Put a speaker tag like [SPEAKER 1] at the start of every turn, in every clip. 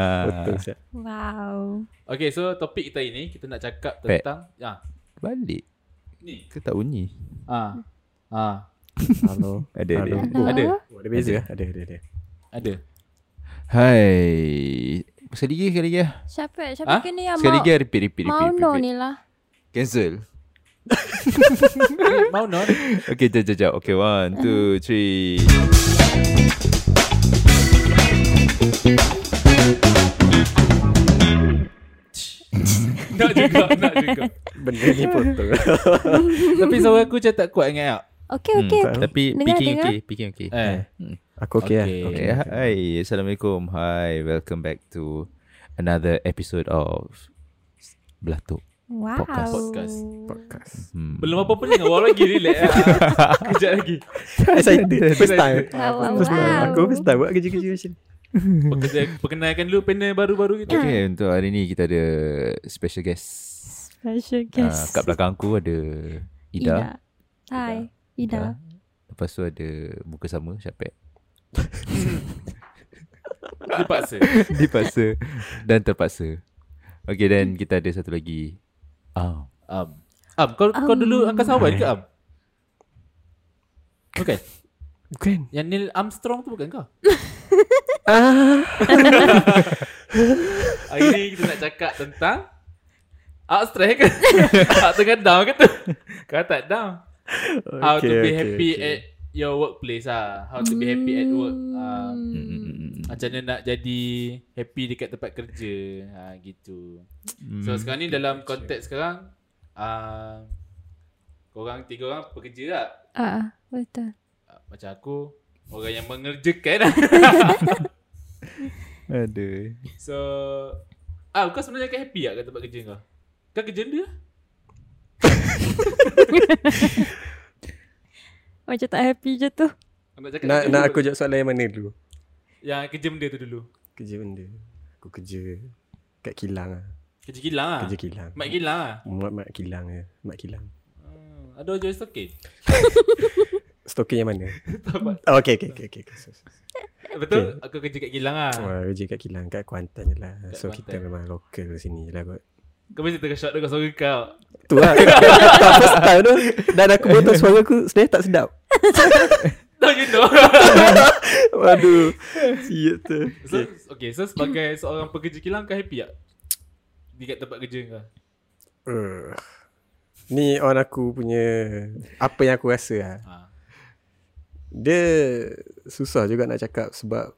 [SPEAKER 1] Betul
[SPEAKER 2] Ah,
[SPEAKER 1] Ustaz.
[SPEAKER 3] Wow.
[SPEAKER 4] Okay, so topik kita ini kita nak cakap tentang ah
[SPEAKER 2] balik
[SPEAKER 4] ni.
[SPEAKER 2] ke tak bunyi?
[SPEAKER 4] Ah. Ah,
[SPEAKER 1] Hello.
[SPEAKER 2] Ada, ada.
[SPEAKER 1] Hello.
[SPEAKER 4] ada.
[SPEAKER 1] Oh, ada beza ah. Ada ada ada.
[SPEAKER 4] Ada.
[SPEAKER 2] Hai. Sekali lagi, sekali lagi. lah.
[SPEAKER 3] Siapa
[SPEAKER 4] Ah?
[SPEAKER 3] siapa kena yang
[SPEAKER 2] Sekali
[SPEAKER 3] Ya, mau
[SPEAKER 2] lagi lah, repeat, repeat, repeat.
[SPEAKER 3] mau
[SPEAKER 2] repeat,
[SPEAKER 3] no
[SPEAKER 2] repeat.
[SPEAKER 3] ni lah.
[SPEAKER 2] Cancel.
[SPEAKER 4] Eh, Mau non?
[SPEAKER 2] Okay, jap, jap, jap. Okay, one,
[SPEAKER 3] Eh.
[SPEAKER 2] two, three.
[SPEAKER 4] Nak juga, nak juga.
[SPEAKER 1] Benda ni potong.
[SPEAKER 4] Tapi suara aku macam tak kuat ingat tak?
[SPEAKER 3] Okey
[SPEAKER 2] Hmm,
[SPEAKER 3] okey.
[SPEAKER 1] tak-
[SPEAKER 2] Tapi
[SPEAKER 3] Dengar,
[SPEAKER 2] picking
[SPEAKER 3] dengar.
[SPEAKER 2] okay, picking okay.
[SPEAKER 4] Eh.
[SPEAKER 1] Aku okey lah.
[SPEAKER 4] Okey.
[SPEAKER 1] Okey.
[SPEAKER 2] Okay, hi. Assalamualaikum. Hi, welcome back to another episode of Belatuk.
[SPEAKER 3] Wow.
[SPEAKER 2] Podcast.
[SPEAKER 4] Podcast.
[SPEAKER 1] Podcast.
[SPEAKER 2] Hmm.
[SPEAKER 4] Belum apa-apa ni awal lagi relax. ah. Kejap lagi.
[SPEAKER 1] Excited. First time.
[SPEAKER 3] Wow, wow,
[SPEAKER 1] First time.
[SPEAKER 3] Oh, wow.
[SPEAKER 1] Aku first time buat kerja-kerja macam ni.
[SPEAKER 4] Perkenal- Perkenalkan dulu panel baru-baru kita.
[SPEAKER 2] Okay, untuk hari ni kita ada special guest.
[SPEAKER 3] Special
[SPEAKER 2] Uh,
[SPEAKER 3] guest.
[SPEAKER 2] kat belakang aku ada Ida.
[SPEAKER 3] Hai. Ida.
[SPEAKER 2] Lepas tu ada muka sama Syapet.
[SPEAKER 4] Terpaksa.
[SPEAKER 2] Dipaksa dan terpaksa. Okay, dan kita ada satu lagi. Ah,
[SPEAKER 4] Am. Am, kau, kau
[SPEAKER 3] Am.
[SPEAKER 4] dulu angkat sawan ke Am? Bukan.
[SPEAKER 1] Bukan.
[SPEAKER 4] Yang Neil Armstrong tu bukan kau. Hari ni kita nak cakap tentang Art strike ke? Art tengah down ke tu? Kau tak down. How to be happy at your workplace ah. How to be happy at work. Ah,
[SPEAKER 2] mm, mm, mm, mm.
[SPEAKER 4] macam mana nak jadi happy dekat tempat kerja. Ha, gitu.
[SPEAKER 2] Hmm.
[SPEAKER 4] So sekarang ni dalam konteks sekarang ah korang tiga orang pekerja lah.
[SPEAKER 3] Ah, ah, betul.
[SPEAKER 4] Ah, Macam aku orang yang mengerjakan.
[SPEAKER 2] ada.
[SPEAKER 4] so ah kau sebenarnya kau happy tak kat tempat kerja kau? Kau kerja dia?
[SPEAKER 3] Macam tak happy je tu.
[SPEAKER 4] Kau Nak, cakap
[SPEAKER 1] Nak
[SPEAKER 4] kerja
[SPEAKER 1] nak
[SPEAKER 4] dulu.
[SPEAKER 1] aku jawab soalan yang mana dulu?
[SPEAKER 4] Yang kerja benda tu dulu.
[SPEAKER 1] Kerja benda. Aku kerja kat kilang ah.
[SPEAKER 4] Kerja kilang ah.
[SPEAKER 1] Kerja kilang.
[SPEAKER 4] Mak kilang ah.
[SPEAKER 1] Mak mak kilang ya. Mak kilang.
[SPEAKER 4] Hmm, ada orang jual stokin.
[SPEAKER 1] Stoking yang mana?
[SPEAKER 4] Tak apa. Ah.
[SPEAKER 1] Oh, okay, okay, okay, okay. okay. So, so, so.
[SPEAKER 4] Betul? Aku kerja kat kilang ah.
[SPEAKER 1] Wah, kerja kat kilang kat Kuantan je lah.
[SPEAKER 4] Kat
[SPEAKER 1] so kita
[SPEAKER 4] Kuantan.
[SPEAKER 1] memang lokal sini je lah kot.
[SPEAKER 4] Kau mesti terkejut dengan suara kau.
[SPEAKER 1] Tu lah. tak first time tu. Dan aku buat suara aku sebenarnya tak sedap.
[SPEAKER 4] No, you know.
[SPEAKER 1] Waduh. Siap tu.
[SPEAKER 4] so, okay, so sebagai seorang pekerja kilang kau happy tak? Dekat tempat kerja kau.
[SPEAKER 1] Uh. Ni on aku punya apa yang aku rasa lah.
[SPEAKER 4] Ha.
[SPEAKER 1] Dia susah juga nak cakap sebab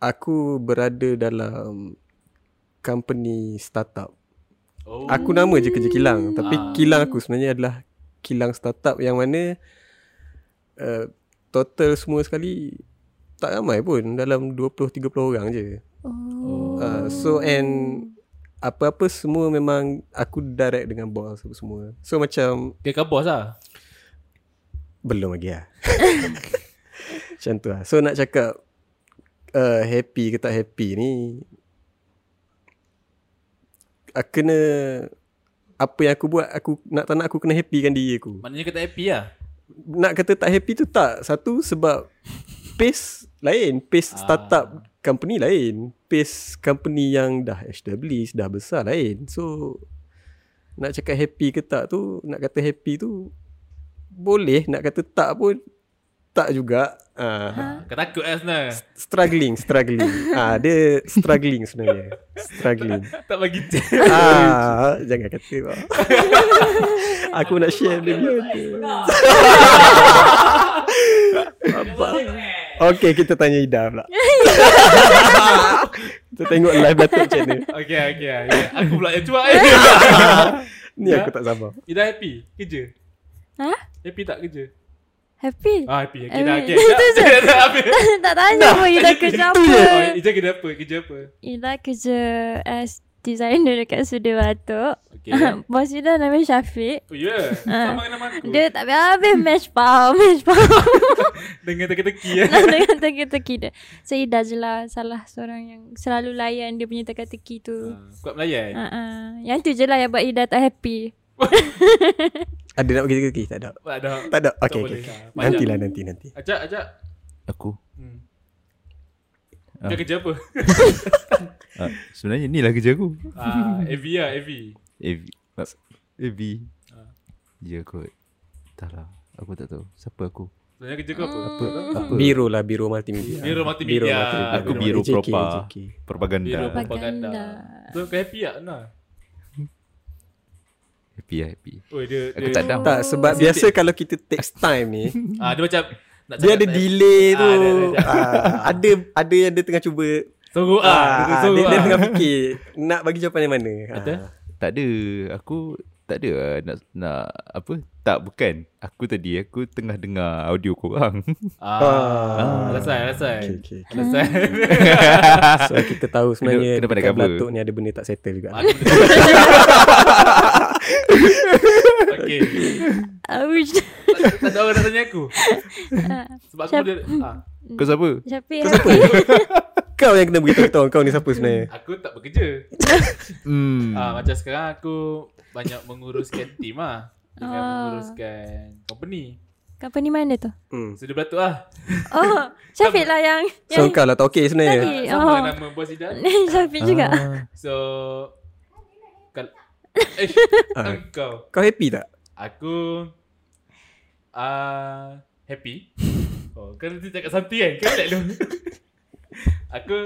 [SPEAKER 1] aku berada dalam company startup.
[SPEAKER 4] Oh.
[SPEAKER 1] Aku nama je kerja kilang Tapi
[SPEAKER 4] Ah.
[SPEAKER 1] kilang aku sebenarnya adalah Kilang startup yang mana uh, Total semua sekali Tak ramai pun Dalam 20-30 orang je
[SPEAKER 3] Oh.
[SPEAKER 1] uh, So and Apa-apa semua memang Aku direct dengan boss apa semua So macam
[SPEAKER 4] Dia kau bos lah.
[SPEAKER 1] Belum lagi lah Macam tu lah So nak cakap uh, Happy ke tak happy ni uh, Kena Apa yang aku buat Aku nak tak nak aku kena happykan diri aku
[SPEAKER 4] Maknanya kau tak happy lah.
[SPEAKER 1] Nak kata tak happy tu tak Satu sebab Pace lain Pace
[SPEAKER 4] Ah.
[SPEAKER 1] startup company lain Pace company yang dah established Dah besar lain So Nak cakap happy ke tak tu Nak kata happy tu Boleh Nak kata tak pun Tak juga uh,
[SPEAKER 4] Kau takut lah sebenarnya.
[SPEAKER 1] Struggling Struggling ah, Dia struggling sebenarnya Struggling
[SPEAKER 4] Tak bagi tip.
[SPEAKER 1] ah, Jangan kata bang. Aku nak share dia punya. Okay kita tanya Ida pula Kita tengok live Datuk macam mana
[SPEAKER 4] Okay, okay. okay. Aku pula yang cuak eh.
[SPEAKER 1] Ni
[SPEAKER 4] Ya.
[SPEAKER 1] aku tak sabar
[SPEAKER 4] Ida happy kerja?
[SPEAKER 3] Ha?
[SPEAKER 4] Happy tak kerja?
[SPEAKER 3] Happy?
[SPEAKER 4] Ah, happy. Okay,
[SPEAKER 3] Eh,
[SPEAKER 4] dah. Okay,
[SPEAKER 3] itu
[SPEAKER 4] dah.
[SPEAKER 3] je.
[SPEAKER 4] Dah, dah, habis.
[SPEAKER 3] tak tanya pun Ida kerja
[SPEAKER 4] Oh,
[SPEAKER 3] apa.
[SPEAKER 4] Ida kerja apa? Kerja apa?
[SPEAKER 3] Ida kerja as designer dekat Sudir Batuk.
[SPEAKER 4] Okay.
[SPEAKER 3] Yeah. Bos Ida nama Syafiq.
[SPEAKER 4] Oh, yeah.
[SPEAKER 3] Ah.
[SPEAKER 4] Sama dengan nama aku.
[SPEAKER 3] Dia tak habis match power, match power.
[SPEAKER 4] Dengan teka-teki eh.
[SPEAKER 3] Nak dengan teki-teki dia. So Ida je lah salah seorang yang selalu layan dia punya teka-teki tu.
[SPEAKER 4] Ah, Kuat Melayan.
[SPEAKER 3] Uh, uh. Yang tu je lah yang buat Ida tak happy.
[SPEAKER 1] Ada nak pergi kaki? Tak ada
[SPEAKER 4] Tak ada.
[SPEAKER 1] Tak ada Okay,
[SPEAKER 4] Tak
[SPEAKER 1] okay,
[SPEAKER 4] boleh.
[SPEAKER 1] okay.
[SPEAKER 4] Ah, panjang.
[SPEAKER 1] Nantilah nanti nanti
[SPEAKER 4] Ajak, ajak.
[SPEAKER 2] Aku.
[SPEAKER 4] Hmm. Kau kerja apa?
[SPEAKER 2] Ah, sebenarnya ni lah kerja aku.
[SPEAKER 4] Ah, AV lah, AV.
[SPEAKER 2] AV. AV. Ya kot. Entahlah. Aku tak tahu. Siapa aku?
[SPEAKER 4] Sebenarnya kerja kau apa?
[SPEAKER 2] Apa? apa?
[SPEAKER 1] Biro lah Hmm. Biro multimedia
[SPEAKER 4] Biro multimedia. Ah,
[SPEAKER 2] Aku
[SPEAKER 1] Biro-
[SPEAKER 2] biro
[SPEAKER 1] JK,
[SPEAKER 2] propa.
[SPEAKER 1] JK.
[SPEAKER 2] Propaganda.
[SPEAKER 4] Biro
[SPEAKER 3] Propaganda.
[SPEAKER 4] propaganda. So kau happy tak Nah.
[SPEAKER 2] Happy lah happy.
[SPEAKER 4] Oh dia,
[SPEAKER 2] Aku
[SPEAKER 4] dia
[SPEAKER 2] tak down.
[SPEAKER 1] Tak sebab biasa kalau kita takes time ni
[SPEAKER 4] Ah dia macam nak
[SPEAKER 1] Dia ada delay
[SPEAKER 4] Ah,
[SPEAKER 1] tu
[SPEAKER 4] dia ada- dia ada.
[SPEAKER 1] Ah, Ada ada yang dia tengah cuba
[SPEAKER 4] Sorok ah. Dia
[SPEAKER 1] ah,
[SPEAKER 4] sorok
[SPEAKER 1] Dia dia
[SPEAKER 4] ah.
[SPEAKER 1] tengah fikir Nak bagi jawapan yang mana Ah.
[SPEAKER 4] Betul?
[SPEAKER 2] Tak ada. Aku tak ada lah nak, nak apa. Tak bukan. Aku tadi aku tengah dengar audio korang.
[SPEAKER 4] Hmm. Ah. Alasan, alasan.
[SPEAKER 1] Okay, Hmm. okay, okay.
[SPEAKER 4] Alasan.
[SPEAKER 1] ah. So kita tahu sebenarnya
[SPEAKER 2] Kena- kena pandai
[SPEAKER 1] dekat
[SPEAKER 2] cover.
[SPEAKER 1] Belatuk ni ada benda tak settle juga
[SPEAKER 4] Ada benda- Okay.
[SPEAKER 3] Ouch.
[SPEAKER 4] Tak- Tak ada orang nak tanya aku. Sebab aku
[SPEAKER 3] Siap.
[SPEAKER 4] dia ah,
[SPEAKER 2] Kau siapa?
[SPEAKER 3] Siapa
[SPEAKER 1] Kau
[SPEAKER 3] yang
[SPEAKER 1] siapa? kau yang kena beritahu kita orang kau ni siapa sebenarnya
[SPEAKER 4] aku tak bekerja.
[SPEAKER 2] Hmm.
[SPEAKER 4] Ah macam sekarang aku banyak menguruskan team ah. Dengan
[SPEAKER 3] Ah.
[SPEAKER 4] menguruskan company.
[SPEAKER 3] Company mana tu?
[SPEAKER 1] hmm.
[SPEAKER 4] So dia beratuk ah.
[SPEAKER 3] Oh, Syafiq lah yang
[SPEAKER 1] So
[SPEAKER 3] yang
[SPEAKER 1] kau lah tak okay sebenarnya
[SPEAKER 3] tadi.
[SPEAKER 4] Sama
[SPEAKER 3] Oh.
[SPEAKER 4] nama bos Ida.
[SPEAKER 3] Syafiq juga.
[SPEAKER 4] Ah. So kal eh
[SPEAKER 1] Ah.
[SPEAKER 4] engkau
[SPEAKER 1] Kau happy tak?
[SPEAKER 4] aku ah uh, happy. Oh, kau nanti cakap something kan? Kau tak dulu. aku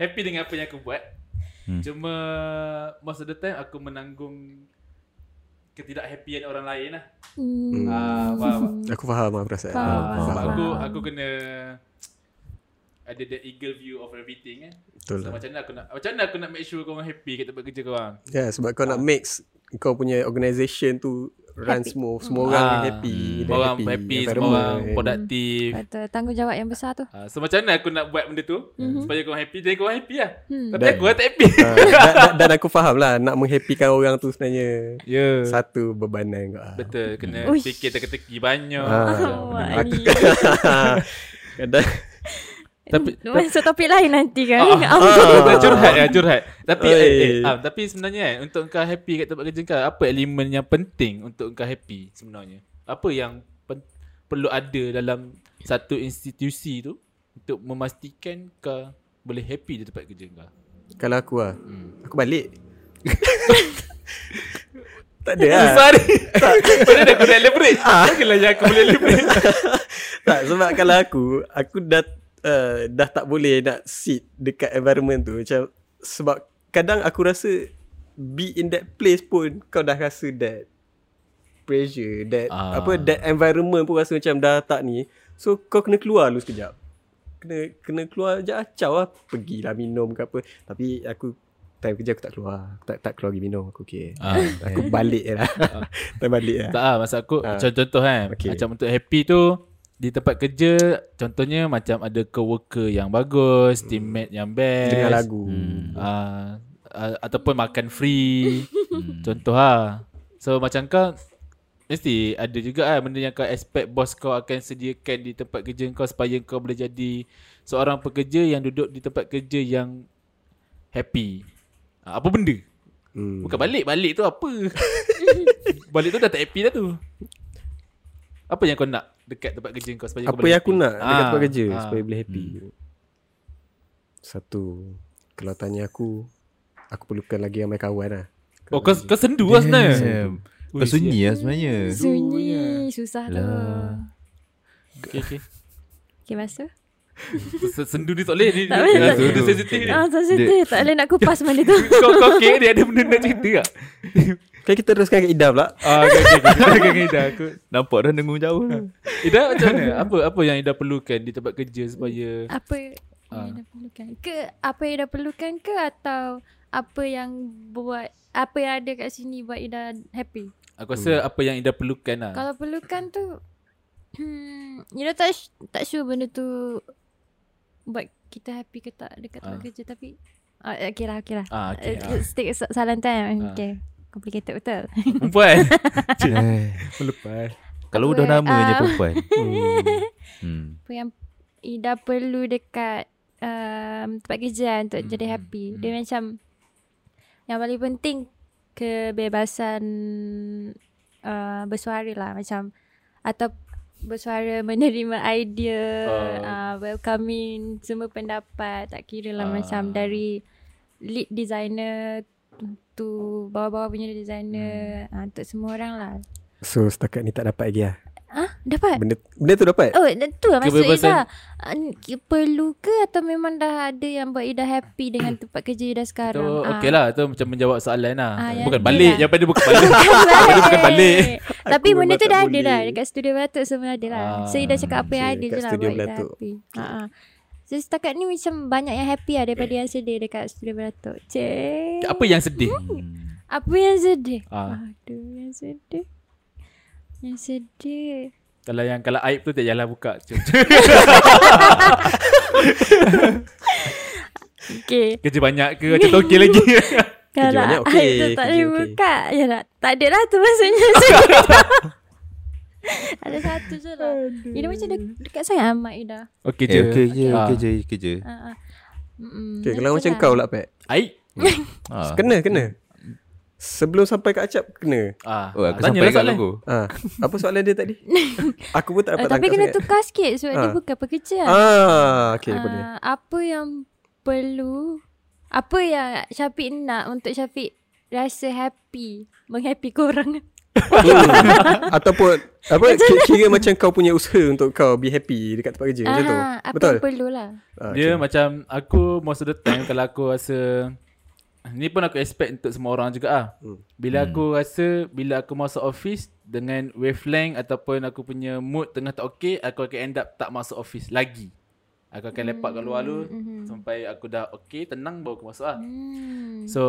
[SPEAKER 4] happy dengan apa yang aku buat.
[SPEAKER 2] Hmm.
[SPEAKER 4] Hmm. Cuma most of the time aku menanggung ketidakhappyan orang lain lah.
[SPEAKER 3] Hmm.
[SPEAKER 4] Ah, faham.
[SPEAKER 1] Aku faham lah perasaan
[SPEAKER 3] Faham.
[SPEAKER 1] Ah,
[SPEAKER 4] Ah,
[SPEAKER 1] faham.
[SPEAKER 4] sebab
[SPEAKER 3] faham.
[SPEAKER 4] aku aku kena ada the eagle view of everything kan.
[SPEAKER 1] Betul
[SPEAKER 4] So,
[SPEAKER 1] lah
[SPEAKER 4] macam mana aku nak macam mana aku nak make sure kau orang happy kat tempat kerja kau orang.
[SPEAKER 1] Ya sebab kau nak mix Kau punya organisation tu Run
[SPEAKER 3] Happy.
[SPEAKER 1] smooth Semua orang
[SPEAKER 4] Ah,
[SPEAKER 1] happy
[SPEAKER 2] hmm.
[SPEAKER 1] dia
[SPEAKER 4] Semua orang happy, semua
[SPEAKER 1] environment. Ah,
[SPEAKER 4] orang produktif.
[SPEAKER 3] Kata tanggungjawab yang besar tu.
[SPEAKER 4] Uh, so macam mana aku nak buat benda tu
[SPEAKER 3] Kan? Mhm.
[SPEAKER 4] mm-hmm. Supaya korang happy Jadi korang happy lah
[SPEAKER 3] Hmm.
[SPEAKER 4] Tapi
[SPEAKER 1] Dan-
[SPEAKER 4] aku orang tak happy
[SPEAKER 1] Ah, dan, dan- dan aku faham lah Nak menghappykan orang tu sebenarnya
[SPEAKER 4] yeah.
[SPEAKER 1] Satu bebanan kau ah.
[SPEAKER 4] Betul Kena
[SPEAKER 3] Uish.
[SPEAKER 4] fikir teka-teki banyak
[SPEAKER 3] Oh,
[SPEAKER 1] Ah.
[SPEAKER 3] Wah,
[SPEAKER 1] Aku-
[SPEAKER 3] ni.
[SPEAKER 1] Kadang
[SPEAKER 4] Tapi-
[SPEAKER 3] Masuk topik lain nanti kan.
[SPEAKER 4] Ah, ah,
[SPEAKER 3] Ah.
[SPEAKER 4] ah, curhat ya curhat. Tapi eh,
[SPEAKER 1] Oi.
[SPEAKER 4] eh, ah, tapi sebenarnya kan untuk kau happy kat tempat kerja kau, apa elemen yang penting untuk kau happy sebenarnya? Apa yang pen- perlu ada dalam satu institusi tu untuk memastikan kau boleh happy di tempat kerja kau?
[SPEAKER 1] Kalau aku lah
[SPEAKER 4] Hmm.
[SPEAKER 1] Aku balik Tak ada lah
[SPEAKER 4] Susah ni. Mana dah aku nak elaborate?
[SPEAKER 1] Ah.
[SPEAKER 4] Bukanlah yang aku boleh elaborate.
[SPEAKER 1] Tak sebab kalau aku Aku dah uh, Dah tak boleh nak sit Dekat environment tu Macam Sebab Kadang aku rasa Be in that place pun Kau dah rasa that Pressure That
[SPEAKER 4] Ah.
[SPEAKER 1] Apa That environment pun rasa macam Dah tak ni So kau kena keluar dulu sekejap Kena kena keluar sekejap Acau lah Pergilah minum ke apa Tapi aku Time kerja aku tak keluar Aku tak, tak keluar pergi minum Aku okay
[SPEAKER 4] Ah.
[SPEAKER 1] Aku balik je lah Tak balik lah
[SPEAKER 4] Tak lah Maksud aku
[SPEAKER 1] Ah.
[SPEAKER 4] Contoh-contoh kan
[SPEAKER 1] Okey.
[SPEAKER 4] okay. Macam untuk happy tu Di tempat kerja Contohnya macam ada coworker yang bagus Teammate yang best
[SPEAKER 1] Dengar lagu
[SPEAKER 4] uh, uh, Ataupun makan free Contoh lah So macam kau Mesti ada juga lah Benda yang kau expect Bos kau akan sediakan Di tempat kerja kau Supaya kau boleh jadi Seorang pekerja yang duduk Di tempat kerja yang Happy Ah, Apa benda?
[SPEAKER 1] hmm.
[SPEAKER 4] Bukan balik Balik tu apa Balik tu dah tak happy dah tu Apa yang kau nak Dekat tempat kerja kau supaya kau
[SPEAKER 1] apa
[SPEAKER 4] boleh
[SPEAKER 1] yang aku
[SPEAKER 4] happy?
[SPEAKER 1] nak dekat
[SPEAKER 4] Ah,
[SPEAKER 1] tempat kerja
[SPEAKER 4] ah.
[SPEAKER 1] supaya boleh happy. Satu, kalau tanya aku, aku perlukan lagi ramai kawan lah.
[SPEAKER 4] Oh kau, kau sendu lah sebenarnya
[SPEAKER 2] Damn. Kau
[SPEAKER 4] Ui,
[SPEAKER 2] sunyi lah sebenarnya.
[SPEAKER 3] Sunyi. Susah tu.
[SPEAKER 2] Lah.
[SPEAKER 4] okay, okay.
[SPEAKER 3] Okay, masuk.
[SPEAKER 4] Se- Sendu ni tak boleh Dia,
[SPEAKER 3] Tak boleh,
[SPEAKER 4] dia,
[SPEAKER 3] tak
[SPEAKER 4] dia,
[SPEAKER 2] boleh.
[SPEAKER 4] Eh, dia sensitif ni
[SPEAKER 3] Ah, sensitif. Tak boleh nak kupas benda tu.
[SPEAKER 4] Kau, kau okay Dia ada benda nak cerita tak
[SPEAKER 1] Okay, Kan kita teruskan ke Ida pula.
[SPEAKER 4] Ah, okay, okay, okay. okay, okay, Ida, aku.
[SPEAKER 2] Nampak dah dengung jauh lah.
[SPEAKER 4] Ida macam mana? Apa apa yang Ida perlukan di tempat kerja supaya
[SPEAKER 3] Apa
[SPEAKER 4] Ah.
[SPEAKER 3] yang dah perlukan? Ke apa yang dah perlukan ke atau apa yang buat apa yang ada kat sini buat Ida happy?
[SPEAKER 4] aku rasa apa yang Ida perlukan lah.
[SPEAKER 3] Kalau perlukan tu hmm, Ida tak s- tak sure benda tu buat kita happy ke tak dekat tempat
[SPEAKER 4] Ah.
[SPEAKER 3] kerja tapi ah, okay lah okay lah.
[SPEAKER 4] Ah, okay,
[SPEAKER 3] Uh, Stick sa- salam time.
[SPEAKER 4] Ah.
[SPEAKER 3] Okay. Complicated betul.
[SPEAKER 4] Perempuan.
[SPEAKER 2] Eh,
[SPEAKER 4] Melepas.
[SPEAKER 2] Kalau udah
[SPEAKER 3] Apa,
[SPEAKER 2] namanya
[SPEAKER 3] ah.
[SPEAKER 2] perempuan. Hmm.
[SPEAKER 3] apa yang Ida perlu dekat um, tempat kerja untuk hmm. jadi happy. Dia macam yang paling penting kebebasan uh, bersuara lah macam atau bersuara menerima idea
[SPEAKER 4] Ah.
[SPEAKER 3] uh. Uh, welcoming semua pendapat tak kira lah
[SPEAKER 4] Ah.
[SPEAKER 3] uh. macam dari lead designer tu bawah-bawah punya designer hmm. uh, untuk semua orang lah
[SPEAKER 1] So setakat ni tak dapat lagi lah
[SPEAKER 3] ah dapat
[SPEAKER 1] Benda, benda tu dapat
[SPEAKER 3] Oh, dan tu lah maksud Ida.
[SPEAKER 4] Kebebasan-
[SPEAKER 3] An- ki- Perlu ke atau memang dah ada yang buat Ida happy dengan
[SPEAKER 4] Hmm.
[SPEAKER 3] tempat kerja Ida
[SPEAKER 4] Itu
[SPEAKER 3] sekarang?
[SPEAKER 4] okey lah Itu macam menjawab soalan lah
[SPEAKER 3] Ah, ya,
[SPEAKER 4] Bukan
[SPEAKER 3] okey
[SPEAKER 4] balik
[SPEAKER 3] lah.
[SPEAKER 4] Jawapan dia bukan balik
[SPEAKER 3] Bukan
[SPEAKER 4] bukan balik.
[SPEAKER 3] Tapi
[SPEAKER 1] Aku
[SPEAKER 3] benda
[SPEAKER 1] memang
[SPEAKER 3] tu
[SPEAKER 1] tak
[SPEAKER 3] dah ada
[SPEAKER 1] boleh.
[SPEAKER 3] lah Dekat studio Beratuk semua ada lah
[SPEAKER 4] Ah,
[SPEAKER 3] So Ida cakap apa yang
[SPEAKER 1] okay,
[SPEAKER 3] ada
[SPEAKER 1] kat
[SPEAKER 3] je lah
[SPEAKER 1] studio
[SPEAKER 3] Buat Ida
[SPEAKER 1] Beratuk.
[SPEAKER 3] happy Ha-ha. So setakat ni macam banyak yang happy lah Daripada yang sedih dekat studio Beratuk Cik
[SPEAKER 4] Apa yang sedih
[SPEAKER 3] Apa yang sedih?
[SPEAKER 4] Ah.
[SPEAKER 3] Aduh yang sedih Yang sedih
[SPEAKER 4] Kalau yang Kalau aib tu tak jalan buka
[SPEAKER 3] Okay
[SPEAKER 4] Kerja banyak ke Macam tu okey lagi
[SPEAKER 1] Kerja banyak,
[SPEAKER 3] Kalau
[SPEAKER 1] okey.
[SPEAKER 3] aib tu
[SPEAKER 1] Kerja
[SPEAKER 3] tak boleh
[SPEAKER 1] okey.
[SPEAKER 3] buka Ya tak, tak ada lah tu maksudnya Ada satu je lah Ida macam de- dekat sangat amat Ida
[SPEAKER 4] Okey
[SPEAKER 2] Kerja
[SPEAKER 4] je
[SPEAKER 2] Eh, Okey je
[SPEAKER 4] Ah.
[SPEAKER 2] Okey je Okey je
[SPEAKER 3] Ah, ah. Mm-mm,
[SPEAKER 1] Okay, kalau
[SPEAKER 3] betul
[SPEAKER 1] macam kau lah Pat
[SPEAKER 4] Aib
[SPEAKER 2] Ah.
[SPEAKER 1] Kena kena Sebelum sampai kat Acap Kena
[SPEAKER 4] Ah,
[SPEAKER 2] Oh aku
[SPEAKER 4] tanyalah
[SPEAKER 2] sampai kat
[SPEAKER 4] soalan.
[SPEAKER 2] logo
[SPEAKER 1] ha. Apa soalan dia tadi? Aku pun tak
[SPEAKER 3] Uh,
[SPEAKER 1] dapat
[SPEAKER 3] tapi
[SPEAKER 1] tangkap
[SPEAKER 3] kena
[SPEAKER 1] sangat.
[SPEAKER 3] tukar sikit sebab dia
[SPEAKER 1] Ah.
[SPEAKER 3] bukan pekerja.
[SPEAKER 1] Ah, okay,
[SPEAKER 3] Ah,
[SPEAKER 1] boleh.
[SPEAKER 3] apa yang perlu apa yang Syafiq nak untuk Syafiq rasa happy menghappy korang.
[SPEAKER 1] Hmm. Ataupun apa ki- kira macam kau punya usaha untuk kau be happy dekat tempat kerja macam tu.
[SPEAKER 3] Ah, apa
[SPEAKER 1] Betul.
[SPEAKER 3] yang perlulah.
[SPEAKER 1] Ah,
[SPEAKER 4] Dia macam Aku most of the time Kalau aku rasa Ni pun aku expect Untuk semua orang juga ah.
[SPEAKER 1] Hmm.
[SPEAKER 4] Bila aku rasa Bila aku masuk office Dengan wavelength Ataupun aku punya mood Tengah tak okay Aku akan end up Tak masuk office lagi Aku akan lepak kat luar dulu Sampai aku dah okay Tenang baru aku masuk lah
[SPEAKER 3] Hmm.
[SPEAKER 4] So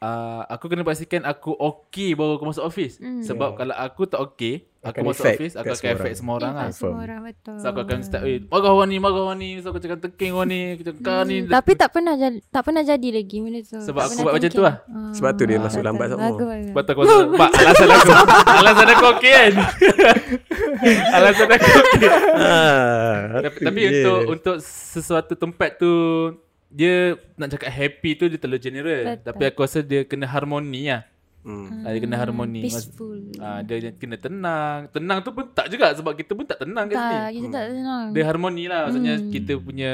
[SPEAKER 4] uh, Aku kena pastikan Aku okay baru aku masuk office
[SPEAKER 3] Mm.
[SPEAKER 4] Sebab kalau aku tak okay Aku
[SPEAKER 1] Ya. Akan
[SPEAKER 4] masuk
[SPEAKER 1] effect
[SPEAKER 4] office Aku
[SPEAKER 1] kat
[SPEAKER 4] akan
[SPEAKER 1] semua
[SPEAKER 4] affect
[SPEAKER 1] orang.
[SPEAKER 4] semua orang lah
[SPEAKER 3] Infak semua orang betul.
[SPEAKER 4] So aku akan start Eh marah orang ni Marah orang ni So aku cakap teking orang ni Aku cakap kau ni
[SPEAKER 3] Hmm, tapi tak pernah jadi, tak pernah jadi lagi benda tu.
[SPEAKER 4] Sebab
[SPEAKER 3] Tak
[SPEAKER 4] aku
[SPEAKER 3] pernah
[SPEAKER 4] buat macam
[SPEAKER 3] thinking.
[SPEAKER 4] tu lah.
[SPEAKER 3] Ah,
[SPEAKER 1] Sebab tu dia
[SPEAKER 3] betul,
[SPEAKER 1] masuk
[SPEAKER 3] betul.
[SPEAKER 1] lambat semua.
[SPEAKER 3] Bagus, bagus.
[SPEAKER 4] Sebab tu aku rasa Pak alasan aku Alasan aku okey kan Alasan aku okey
[SPEAKER 1] Ah,
[SPEAKER 4] Tapi,
[SPEAKER 1] tu
[SPEAKER 4] tapi
[SPEAKER 1] dia.
[SPEAKER 4] untuk Untuk sesuatu tempat tu Dia Nak cakap happy tu Dia terlalu general
[SPEAKER 3] Betul.
[SPEAKER 4] Tapi aku rasa dia kena harmoni lah
[SPEAKER 1] Hmm.
[SPEAKER 4] Ah, Dia kena harmoni Mas-
[SPEAKER 3] Peaceful.
[SPEAKER 4] ah, Dia kena tenang Tenang tu pun tak juga Sebab kita pun tak tenang kat sini
[SPEAKER 3] tak, kita tak senang.
[SPEAKER 4] Dia harmoni lah Maksudnya
[SPEAKER 3] Hmm.
[SPEAKER 4] kita punya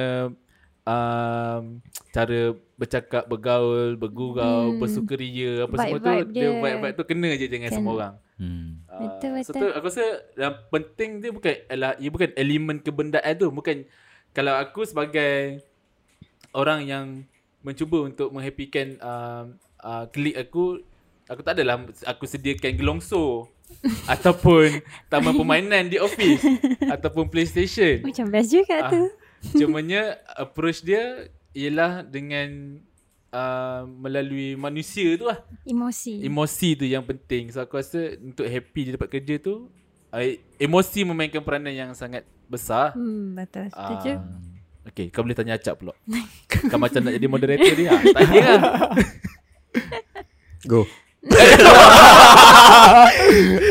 [SPEAKER 4] um, Cara bercakap, bergaul, bergurau,
[SPEAKER 3] Hmm.
[SPEAKER 4] bersuka ria Apa semua tu
[SPEAKER 3] Vibe-vibe
[SPEAKER 4] Dia
[SPEAKER 3] dia.
[SPEAKER 4] vibe-vibe tu kena je dengan
[SPEAKER 3] Kena.
[SPEAKER 4] semua orang
[SPEAKER 2] Hmm.
[SPEAKER 4] Ah,
[SPEAKER 3] Betul,
[SPEAKER 4] So
[SPEAKER 3] betul.
[SPEAKER 4] tu aku rasa yang penting dia bukan ialah, ia bukan elemen kebendaan tu bukan kalau aku sebagai orang yang mencuba untuk menghappykan um, uh, klik aku aku tak adalah aku sediakan gelongso ataupun taman permainan di office ataupun PlayStation
[SPEAKER 3] Macam best juga
[SPEAKER 4] Ah,
[SPEAKER 3] tu.
[SPEAKER 4] Cumanya approach dia ialah dengan uh, melalui manusia tu lah.
[SPEAKER 3] Emosi.
[SPEAKER 4] Emosi tu yang penting. So aku rasa untuk happy je dapat kerja tu, uh, emosi memainkan peranan yang sangat besar.
[SPEAKER 3] Hmm, betul. Setuju.
[SPEAKER 4] Ah, okay, kau boleh tanya Acap pula. kau macam nak jadi moderator dia. Ah, tanya lah.
[SPEAKER 1] Go.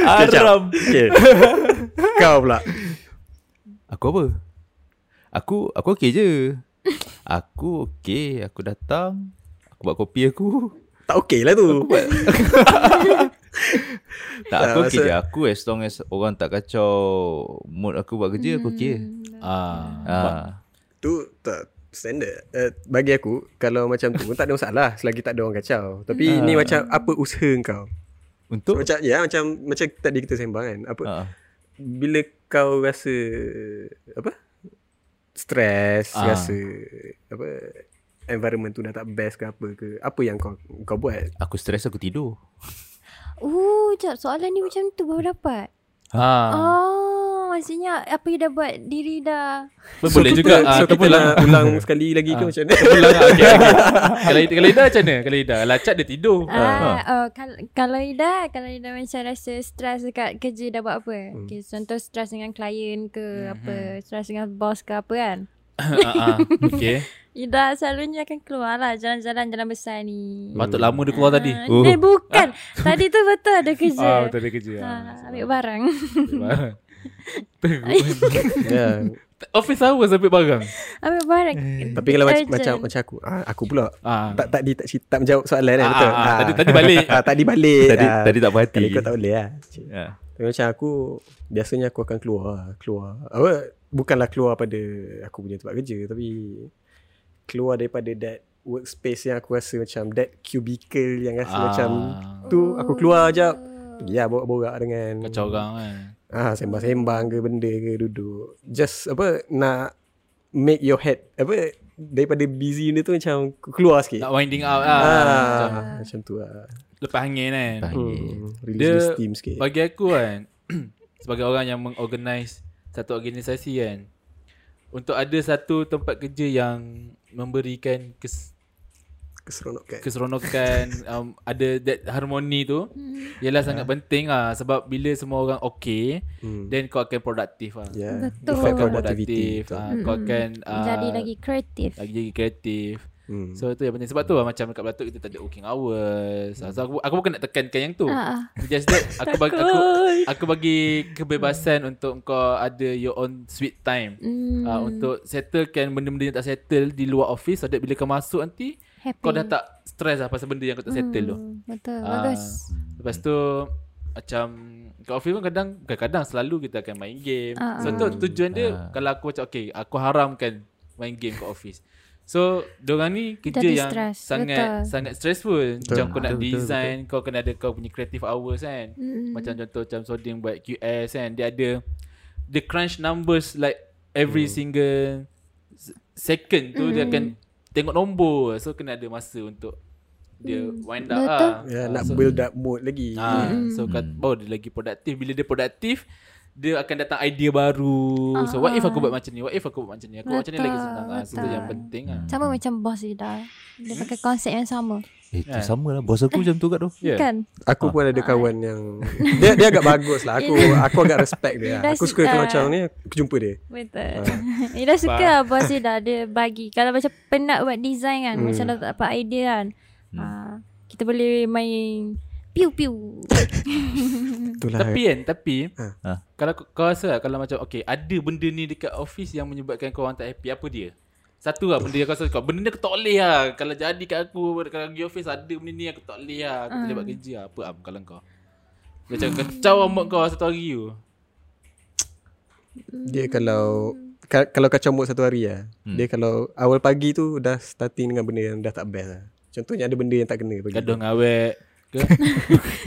[SPEAKER 4] Aram.
[SPEAKER 1] Okay. kau pula.
[SPEAKER 2] Aku apa? Aku aku okey je. Aku okey, aku datang, aku buat kopi aku.
[SPEAKER 1] Tak okey lah tu.
[SPEAKER 2] Tak
[SPEAKER 1] Tak,
[SPEAKER 2] aku okey
[SPEAKER 1] maksud-
[SPEAKER 2] je. Aku as long as orang tak kacau mood aku buat kerja, aku okey.
[SPEAKER 4] Ah,
[SPEAKER 2] Ha.
[SPEAKER 1] Tu tak standard. Uh, bagi aku, kalau macam tu pun tak ada masalah selagi tak ada orang kacau. Tapi ni macam apa usaha kau?
[SPEAKER 2] Untuk
[SPEAKER 1] Macam ya macam macam tadi kita sembang kan. Apa
[SPEAKER 2] ha.
[SPEAKER 1] bila kau rasa apa stress
[SPEAKER 4] Ah.
[SPEAKER 1] rasa apa environment tu dah tak best ke apa ke apa yang kau kau buat
[SPEAKER 2] Aku stres aku tidur.
[SPEAKER 3] Oh, jap. Soalan ni macam tu baru dapat.
[SPEAKER 4] ah.
[SPEAKER 3] Oh, maksudnya apa yang dah buat diri dah.
[SPEAKER 4] Pun boleh
[SPEAKER 1] kita,
[SPEAKER 4] juga. Ah,
[SPEAKER 1] so
[SPEAKER 4] kita
[SPEAKER 1] kita
[SPEAKER 4] pulang.
[SPEAKER 1] nak lah, ulang sekali lagi ke macam mana
[SPEAKER 4] Pulang. ah, Okay, okay. Kalau Ida, kalau Ida macam mana? Kalau Ida, kalau Acap dia tidur.
[SPEAKER 3] Ah, oh, kal- kalau Ida, kalau Ida macam rasa stres dekat kerja dah buat apa? Hmm. Okay, contoh stres dengan klien
[SPEAKER 4] Mhm.
[SPEAKER 3] ke hmm. apa, stres dengan bos ke apa kan?
[SPEAKER 4] Ah, ah. Okay.
[SPEAKER 3] Ida selalunya akan keluar lah jalan-jalan jalan besar ni.
[SPEAKER 4] Patut lama dia keluar tadi.
[SPEAKER 3] Ah, Eh, bukan. Tadi tu betul ada kerja.
[SPEAKER 4] Ah, betul ada kerja.
[SPEAKER 3] Ha,
[SPEAKER 4] Ah,
[SPEAKER 3] ambil barang.
[SPEAKER 4] barang. Teruk.
[SPEAKER 1] ya
[SPEAKER 4] Office hours ambil barang.
[SPEAKER 3] ambil barang.
[SPEAKER 1] tapi kalau macam
[SPEAKER 3] Urgent.
[SPEAKER 1] macam macam aku ah, aku pula
[SPEAKER 4] Ah.
[SPEAKER 1] tak tadi tak cerita tak menjawab soalan kan
[SPEAKER 4] Ah,
[SPEAKER 1] betul
[SPEAKER 4] ah, ah. Tadi- tadi balik.
[SPEAKER 1] ah, tadi balik
[SPEAKER 2] Tadi
[SPEAKER 1] Ah,
[SPEAKER 2] tadi tak puas hati.
[SPEAKER 1] tadi kau tak boleh ah
[SPEAKER 2] Ha.
[SPEAKER 1] Tapi macam aku Biasanya aku akan keluar lah. Keluar Apa Bukanlah keluar pada Aku punya tempat kerja Tapi Keluar daripada that Workspace yang aku rasa macam That cubicle yang rasa
[SPEAKER 4] Ah.
[SPEAKER 1] macam Tu aku keluar jap Pergi lah borak-borak dengan
[SPEAKER 4] Kacau orang kan
[SPEAKER 1] ah, Sembang-sembang ke benda ke duduk Just apa Nak Make your head Apa Daripada busy benda tu macam Keluar sikit
[SPEAKER 4] Nak winding out lah
[SPEAKER 1] ah,
[SPEAKER 4] Macam
[SPEAKER 1] Macam tu lah
[SPEAKER 4] Lepas hangin kan
[SPEAKER 2] Lepas
[SPEAKER 1] hmm, Release
[SPEAKER 4] Dia-
[SPEAKER 1] the steam sikit
[SPEAKER 4] Bagi aku kan Sebagai orang yang mengorganize Satu organisasi kan Untuk ada satu tempat kerja yang Memberikan kes,
[SPEAKER 1] Keseronokan
[SPEAKER 4] keseronokan um, Ada that harmoni tu
[SPEAKER 3] Hmm.
[SPEAKER 4] Ialah
[SPEAKER 1] Ya.
[SPEAKER 4] sangat penting lah Sebab bila semua orang okay
[SPEAKER 1] Hmm.
[SPEAKER 4] Then kau akan produktif lah
[SPEAKER 1] Yeah. Betul.
[SPEAKER 3] Betul.
[SPEAKER 4] Kau akan
[SPEAKER 1] productivity.
[SPEAKER 4] produktif
[SPEAKER 1] Ya, Betul.
[SPEAKER 4] ah, Kau akan ah,
[SPEAKER 3] Oh. Hmm. Jadi lagi kreatif
[SPEAKER 4] lagi jadi kreatif
[SPEAKER 1] Hmm.
[SPEAKER 4] So itu yang penting Sebab tu lah macam dekat Belatuk Kita tak ada working hours Ah, So aku, aku bukan nak tekankan yang tu
[SPEAKER 3] Ah, ah.
[SPEAKER 4] Just that aku, Ah, bagi, aku, aku bagi kebebasan Untuk kau ada your own sweet time
[SPEAKER 3] Hmm,
[SPEAKER 4] uh, Untuk settlekan benda-benda yang tak settle Di luar office So that bila kau masuk nanti
[SPEAKER 3] happy.
[SPEAKER 4] Kau dah tak stress lah Pasal benda yang kau tak settle tu
[SPEAKER 3] Hmm, Betul.
[SPEAKER 4] Ah,
[SPEAKER 3] Bagus.
[SPEAKER 4] Lepas
[SPEAKER 2] Hmm.
[SPEAKER 4] tu Macam Kat office pun kadang Kadang-kadang selalu kita akan main game
[SPEAKER 3] Ah,
[SPEAKER 4] So tu tujuan dia
[SPEAKER 2] Ah.
[SPEAKER 4] Kalau aku macam Okay aku haramkan Main game kat office So Diorang ni kerja
[SPEAKER 3] Jadi
[SPEAKER 4] yang
[SPEAKER 3] stress,
[SPEAKER 4] Sangat
[SPEAKER 3] betul.
[SPEAKER 4] Sangat stressful Macam kau nak
[SPEAKER 2] Betul, betul,
[SPEAKER 4] design Kau kena ada kau punya creative hours kan
[SPEAKER 3] Mm.
[SPEAKER 4] Macam contoh Macam Soding buat QS kan Dia ada The crunch numbers Like
[SPEAKER 2] Hmm.
[SPEAKER 4] Every single s- Second tu Dia
[SPEAKER 3] Hmm.
[SPEAKER 4] akan Tengok nombor So kena ada masa untuk Dia wind up
[SPEAKER 3] Hmm. Betul.
[SPEAKER 4] lah
[SPEAKER 1] Yeah,
[SPEAKER 2] Ya,
[SPEAKER 1] Ya,
[SPEAKER 4] Ah,
[SPEAKER 1] nak
[SPEAKER 4] so-
[SPEAKER 1] build up mood lagi.
[SPEAKER 4] Ah, so kat baru dia lagi produktif. Bila dia produktif, dia akan datang idea baru. So what if aku buat macam ni? What if aku buat macam ni? Aku buat macam ni lagi
[SPEAKER 3] Betul,
[SPEAKER 4] senang. Ah, so itu
[SPEAKER 3] betul.
[SPEAKER 4] yang penting ah.
[SPEAKER 3] Sama macam bos Ida. Dia
[SPEAKER 4] Hmm.
[SPEAKER 3] pakai konsep yang sama.
[SPEAKER 2] Eh tu sama lah Bos aku macam tu kat tu
[SPEAKER 4] Yeah.
[SPEAKER 3] Kan?
[SPEAKER 1] Aku pun ada kawan yang dia dia agak bagus lah. Aku aku agak respect dia. lah.
[SPEAKER 3] Ida
[SPEAKER 1] Aku suka kalau
[SPEAKER 3] suka.
[SPEAKER 1] macam ni aku jumpa dia.
[SPEAKER 3] Betul. Ida suka lah bos Ida. Dia bagi. Kalau macam penat buat design kan. Macam dah tak dapat idea kan.
[SPEAKER 4] Hmm.
[SPEAKER 3] Ah, kita boleh main piu piu.
[SPEAKER 1] Itulah.
[SPEAKER 4] Tapi kan, tapi
[SPEAKER 3] Ha.
[SPEAKER 2] Ah.
[SPEAKER 4] kalau kau- kau rasa lah, kalau macam okay, ada benda ni dekat office yang menyebabkan kau orang tak happy, apa dia? Satu lah benda yang kau rasa kau Benda ni aku tak boleh lah Kalau jadi kat aku Kalau pergi office Ada benda ni aku tak boleh lah Aku tak
[SPEAKER 3] Ah.
[SPEAKER 4] boleh buat kerja lah Apa am kalau kau Macam kacau lah mood kau Satu hari tu
[SPEAKER 1] dia kalau ka, kalau kacau mood satu hari lah.
[SPEAKER 4] Hmm.
[SPEAKER 1] Dia kalau awal pagi tu dah starting dengan benda yang dah tak best lah. Contohnya ada benda yang tak kena pagi.
[SPEAKER 4] Gaduh ngawet ke?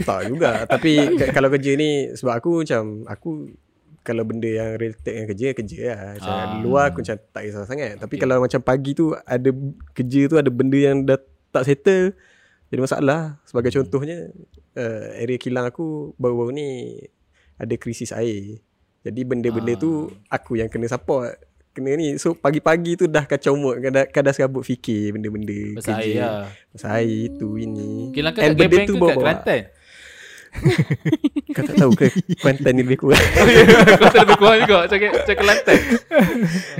[SPEAKER 1] tak juga. Tapi ka- kalau kerja ni sebab aku macam aku kalau benda yang related dengan kerja kerja lah. Macam
[SPEAKER 4] Ah.
[SPEAKER 1] luar aku macam tak kisah sangat. Tapi kalau macam pagi tu ada b- kerja tu ada benda yang dah tak settle jadi masalah. Sebagai
[SPEAKER 4] Hmm.
[SPEAKER 1] contohnya uh, area kilang aku baru-baru ni ada krisis air. Jadi benda-benda tu
[SPEAKER 4] Ah.
[SPEAKER 1] aku yang kena support. Kena ni. So pagi-pagi tu dah kacau mood. Kadang, kadang serabut fikir benda-benda
[SPEAKER 4] Pasal air lah
[SPEAKER 1] Pasal air tu ini.
[SPEAKER 4] Kilang kan kat
[SPEAKER 1] And benda
[SPEAKER 4] lah Gebeng
[SPEAKER 1] tu
[SPEAKER 4] ke kat
[SPEAKER 1] bawa-bawa.
[SPEAKER 4] Kelantan?
[SPEAKER 1] Kau tak tahu ke Kuantan ni lebih kurang
[SPEAKER 4] Oh, Kelantan ya. lebih kurang juga Macam, macam Kelantan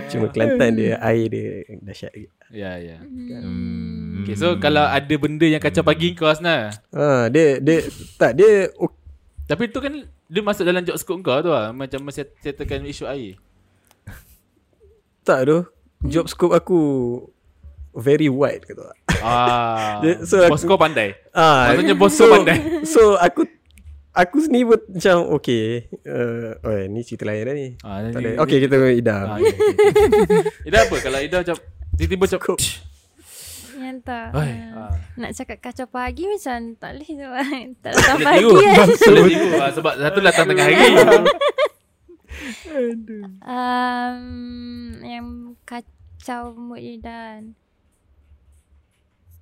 [SPEAKER 1] Cuma Kelantan dia Air dia Dahsyat
[SPEAKER 4] Ya ya
[SPEAKER 2] hmm.
[SPEAKER 4] Okay so kalau ada benda yang kacau pagi kau Asna
[SPEAKER 1] ha, Dia Dia Tak dia oh, ok,
[SPEAKER 4] Tapi tu kan Dia masuk dalam job scope kau tu lah Macam set- settlekan isu air
[SPEAKER 1] Tak tu Job scope aku Very wide kata tak
[SPEAKER 4] Ah,
[SPEAKER 1] Dia- so
[SPEAKER 4] Bos kau pandai
[SPEAKER 1] Ah,
[SPEAKER 4] Maksudnya bos kau pandai
[SPEAKER 1] So aku Aku sendiri pun macam Okay uh, oh, Ni cerita lain dah ni
[SPEAKER 4] Ah,
[SPEAKER 1] tak
[SPEAKER 4] ni-
[SPEAKER 1] ada. Okay kita dengan Ida
[SPEAKER 4] ah, okay, okay. Ida apa? Kalau Ida macam Tiba-tiba macam
[SPEAKER 1] Scope.
[SPEAKER 3] Yang tak.
[SPEAKER 4] Ai,
[SPEAKER 3] ah.
[SPEAKER 4] ah.
[SPEAKER 3] Nak cakap kacau pagi macam tak boleh sebab tak datang
[SPEAKER 4] Boleh
[SPEAKER 3] pagi
[SPEAKER 4] tiru
[SPEAKER 3] kan.
[SPEAKER 4] Boleh tiru ah, Sebab satu datang tengah hari
[SPEAKER 3] Um, yang kacau mood Ida.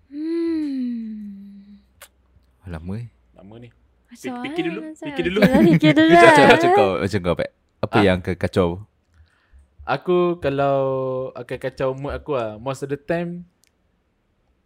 [SPEAKER 3] Hmm.
[SPEAKER 2] Lama eh
[SPEAKER 4] Lama ni
[SPEAKER 3] Macam
[SPEAKER 4] Pik-
[SPEAKER 3] mana
[SPEAKER 4] fikir dulu,
[SPEAKER 3] nak
[SPEAKER 4] fikir
[SPEAKER 3] cakap?
[SPEAKER 4] dulu.
[SPEAKER 3] Okey lah, Fikir dulu
[SPEAKER 2] Macam,
[SPEAKER 3] lah.
[SPEAKER 2] macam, macam kau Macam kau Pat Apa
[SPEAKER 4] Ah.
[SPEAKER 2] yang ke- kacau
[SPEAKER 4] Aku kalau akan kacau mood aku lah Most of the time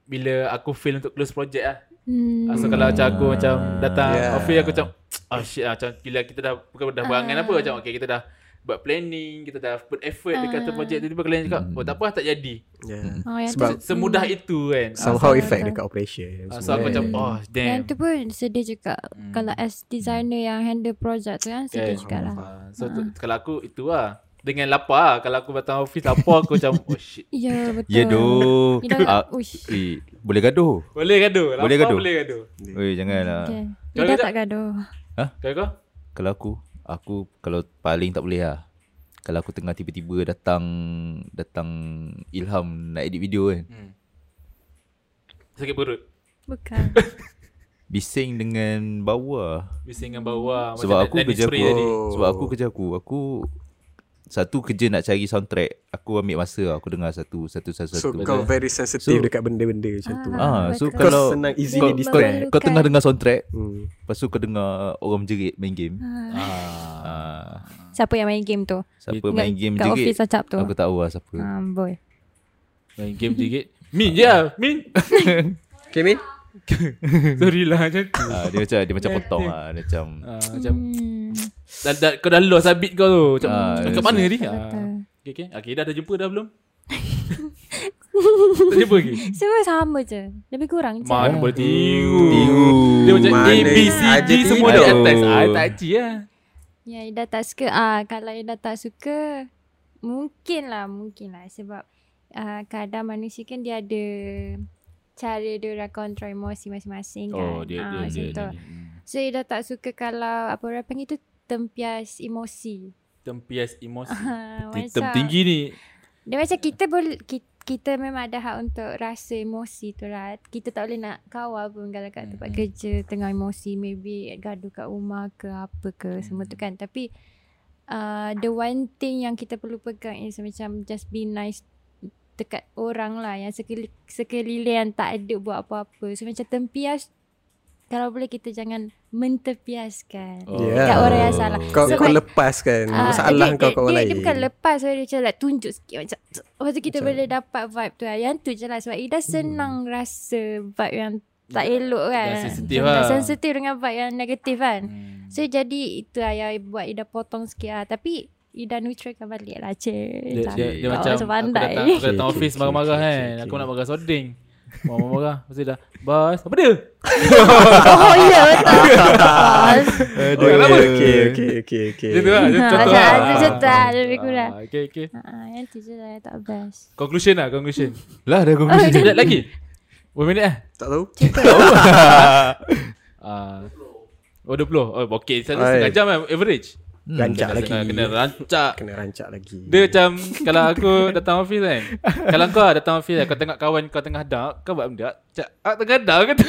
[SPEAKER 4] Bila aku fail untuk close project lah
[SPEAKER 3] Hmm.
[SPEAKER 4] hmm. So kalau macam aku macam datang
[SPEAKER 1] Yeah.
[SPEAKER 4] yeah. office aku macam Oh shit lah macam gila kita dah Bukan dah berangan
[SPEAKER 3] Ah.
[SPEAKER 4] apa Macam okay kita dah buat planning Kita dah put effort
[SPEAKER 3] Ah.
[SPEAKER 4] dekat tu project Tiba-tiba klien cakap Oh tak apa lah, tak jadi
[SPEAKER 1] yeah.
[SPEAKER 3] Oh, yang
[SPEAKER 1] Sebab
[SPEAKER 3] tu,
[SPEAKER 4] Se- Semudah itu kan Ah,
[SPEAKER 1] Somehow
[SPEAKER 3] Asal-
[SPEAKER 1] effect dekat operation
[SPEAKER 4] So aku
[SPEAKER 1] semua
[SPEAKER 4] macam
[SPEAKER 1] kan.
[SPEAKER 4] oh
[SPEAKER 3] yang
[SPEAKER 4] damn
[SPEAKER 3] tu pun sedih juga. Kalau as designer yang handle project tu kan sedih
[SPEAKER 4] Kan?
[SPEAKER 3] juga lah.
[SPEAKER 4] Ah, So tu, kalau aku itu lah Dengan lapar lah Kalau aku datang office lapar aku macam Oh shit
[SPEAKER 3] Ya betul.
[SPEAKER 2] Ya doh
[SPEAKER 3] Ida-
[SPEAKER 2] Ah,
[SPEAKER 3] Uish.
[SPEAKER 2] eh, Boleh gaduh
[SPEAKER 4] Boleh gaduh Lapar
[SPEAKER 2] Boleh
[SPEAKER 4] boleh
[SPEAKER 2] gaduh?
[SPEAKER 4] gaduh, boleh gaduh.
[SPEAKER 2] Oi janganlah
[SPEAKER 3] Okay.
[SPEAKER 4] Kau
[SPEAKER 3] Ida
[SPEAKER 4] kata-
[SPEAKER 3] tak gaduh.
[SPEAKER 4] Kau kau
[SPEAKER 2] Kalau aku Aku kalau paling tak boleh lah Kalau aku tengah tiba-tiba datang Datang ilham nak edit video kan
[SPEAKER 4] Hmm. Sakit perut.
[SPEAKER 3] Bukan.
[SPEAKER 2] Bising dengan bawah
[SPEAKER 4] Bising dengan bawah
[SPEAKER 2] Sebab aku
[SPEAKER 4] Lenny
[SPEAKER 2] kerja aku
[SPEAKER 4] Spray tadi.
[SPEAKER 2] Sebab aku kerja aku Aku Satu kerja nak cari soundtrack Aku ambil masa lah. Aku dengar satu Satu satu
[SPEAKER 1] So
[SPEAKER 2] satu
[SPEAKER 1] kau very sensitive
[SPEAKER 2] So-
[SPEAKER 1] dekat benda-benda macam tu.
[SPEAKER 3] Ah.
[SPEAKER 2] Ah, so
[SPEAKER 3] Betul.
[SPEAKER 1] Kau
[SPEAKER 2] kalau
[SPEAKER 1] senang easily
[SPEAKER 2] kau, kau,
[SPEAKER 1] distract.
[SPEAKER 2] kau tengah dengar soundtrack
[SPEAKER 1] Hmm.
[SPEAKER 2] Lepas tu kau dengar Orang jerit main game
[SPEAKER 4] Ah.
[SPEAKER 2] ah,
[SPEAKER 3] Siapa yang main game tu?
[SPEAKER 2] Siapa
[SPEAKER 4] Kat-
[SPEAKER 2] main game
[SPEAKER 3] kat
[SPEAKER 2] jerit
[SPEAKER 3] office acap tu. Ah.
[SPEAKER 2] Aku tak tahu lah siapa
[SPEAKER 3] Amboi.
[SPEAKER 4] Main game sikit. Min je lah. Min.
[SPEAKER 1] Okay, Min?
[SPEAKER 4] Sorry lah macam tu.
[SPEAKER 2] ah, Dia macam Dia macam potong lah Dia macam
[SPEAKER 4] Ah, macam
[SPEAKER 3] Hmm.
[SPEAKER 4] dah, dah, kau dah lost habit kau tu. Macam
[SPEAKER 2] Ah,
[SPEAKER 4] ah, kat
[SPEAKER 2] betul.
[SPEAKER 4] mana tadi? Ah.
[SPEAKER 3] Betul.
[SPEAKER 4] Okay, okay. okay, dah, dah jumpa dah belum? tak jumpa lagi?
[SPEAKER 3] Semua sama je. Lebih kurang je.
[SPEAKER 4] Mana boleh tiru.
[SPEAKER 2] Tiru.
[SPEAKER 4] Dia macam A,
[SPEAKER 1] Mana
[SPEAKER 4] B, C, D
[SPEAKER 1] ada
[SPEAKER 4] semua
[SPEAKER 2] tiru.
[SPEAKER 4] dah atas. Ah, tak aci lah.
[SPEAKER 3] Ya, Ida tak suka. Ah, kalau Ida tak suka, mungkin lah, mungkin lah. Sebab ah, kadang manusia kan dia ada cara dia orang kontrol emosi masing-masing kan.
[SPEAKER 4] Oh, dia,
[SPEAKER 3] Ah,
[SPEAKER 4] dia,
[SPEAKER 3] macam
[SPEAKER 4] dia,
[SPEAKER 3] tu.
[SPEAKER 4] dia.
[SPEAKER 3] So, Ida tak suka kalau apa orang panggil tu tempias emosi.
[SPEAKER 4] Tempias emosi.
[SPEAKER 3] Ah,
[SPEAKER 4] Titem
[SPEAKER 3] macam-
[SPEAKER 4] tinggi ni.
[SPEAKER 3] Dia macam kita boleh kita, kita memang ada hak untuk rasa emosi tu lah. Kita tak boleh nak kawal pun kalau kat tempat
[SPEAKER 4] Mhm.
[SPEAKER 3] kerja tengah emosi maybe gaduh kat rumah ke apa ke semua tu kan. Tapi uh, the one thing yang kita perlu pegang is macam just be nice dekat orang lah yang sekeli, sekeliling yang tak ada buat apa-apa. So macam tempias kalau boleh kita jangan mentepiaskan.
[SPEAKER 1] Oh. Yeah.
[SPEAKER 3] Kat orang yang salah.
[SPEAKER 1] Kau,
[SPEAKER 3] So,
[SPEAKER 1] kau
[SPEAKER 3] like-
[SPEAKER 1] lepaskan Hmm.
[SPEAKER 3] Ah,
[SPEAKER 1] masalah
[SPEAKER 3] dia-
[SPEAKER 1] kau
[SPEAKER 3] dia-
[SPEAKER 1] kat orang
[SPEAKER 3] dia,
[SPEAKER 1] lain.
[SPEAKER 3] Dia bukan lepas Dia macam like tunjuk sikit Macam Lepas tu kita
[SPEAKER 1] Macam- Hmm.
[SPEAKER 3] boleh dapat vibe tu lah Yang tu je lah Sebab Ida senang rasa vibe yang tak elok kan
[SPEAKER 4] Yang sensitif
[SPEAKER 3] Macam
[SPEAKER 4] lah.
[SPEAKER 3] Sensitif dengan vibe yang negatif kan
[SPEAKER 4] Hmm.
[SPEAKER 3] So jadi itu lah yang buat Ida potong sikit lah Tapi Ida neutralkan balik lah Cik
[SPEAKER 4] Dia,
[SPEAKER 3] Tak-
[SPEAKER 4] dia, dia
[SPEAKER 3] tak macam
[SPEAKER 4] macam aku
[SPEAKER 3] pandai
[SPEAKER 4] datang, aku datang
[SPEAKER 1] Okay,
[SPEAKER 4] office
[SPEAKER 1] okay,
[SPEAKER 4] marah-marah
[SPEAKER 1] okay,
[SPEAKER 4] kan.
[SPEAKER 1] okay.
[SPEAKER 4] Aku nak marah soding. Mama marah. Lepas tu dah. Bas. Apa dia?
[SPEAKER 3] Oh ya betul
[SPEAKER 4] lah.
[SPEAKER 3] Bos.
[SPEAKER 1] Aduh, okay, okay, okay, okay, okay.
[SPEAKER 4] Macam tu
[SPEAKER 3] Ha,
[SPEAKER 4] lah.
[SPEAKER 3] Macam
[SPEAKER 4] Macam contoh lah.
[SPEAKER 3] macam tu lah Lebih kurang
[SPEAKER 4] Ah, Okay, okay.
[SPEAKER 3] Ah, Yang tu je lah yang tak best
[SPEAKER 4] Conclusion lah, conclusion.
[SPEAKER 2] Lah dah conclusion
[SPEAKER 4] Sekejap lagi. One minute lah.
[SPEAKER 1] Tak tahu.
[SPEAKER 4] Ah. Oh 20 Oh okay Satu
[SPEAKER 1] Hai.
[SPEAKER 4] setengah jam kan Average
[SPEAKER 1] Rancak
[SPEAKER 4] Kena-
[SPEAKER 1] lagi.
[SPEAKER 4] Kena rancak
[SPEAKER 1] Kena rancak lagi.
[SPEAKER 4] Dia macam Kalau aku datang office kan Kalau kau datang office kan Kau tengok kawan kau tengah dark Kau buat benda Cak ah, Tengah dark ke tu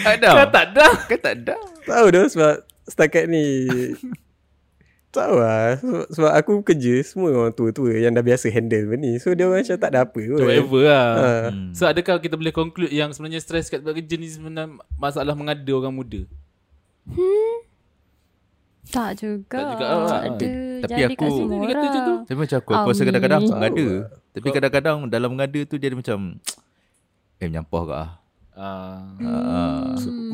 [SPEAKER 2] Tak
[SPEAKER 4] Kau tak dark
[SPEAKER 2] Kau tak ada
[SPEAKER 1] Tahu dah sebab setakat ni Tahu lah sebab, sebab aku kerja Semua orang tua-tua Yang dah biasa handle benda ni So dia orang macam tak ada apa pun
[SPEAKER 4] Whatever lah
[SPEAKER 1] Ah.
[SPEAKER 4] So adakah kita boleh conclude Yang sebenarnya stres kat tempat kerja ni Sebenarnya masalah mengada orang muda
[SPEAKER 3] Tak juga
[SPEAKER 4] Tak juga lah.
[SPEAKER 3] Tak ada
[SPEAKER 2] Tapi
[SPEAKER 3] Jadi kat
[SPEAKER 2] aku-
[SPEAKER 3] semua
[SPEAKER 4] Dia kata macam tu.
[SPEAKER 3] orang
[SPEAKER 2] Tapi macam aku Aku rasa
[SPEAKER 3] Amin.
[SPEAKER 2] kadang-kadang aku
[SPEAKER 1] Tahu
[SPEAKER 2] mengada
[SPEAKER 1] lah.
[SPEAKER 2] Tapi kadang-kadang Dalam mengada tu Dia ada macam Eh menyampah kat ah
[SPEAKER 4] Ah,
[SPEAKER 2] Ah,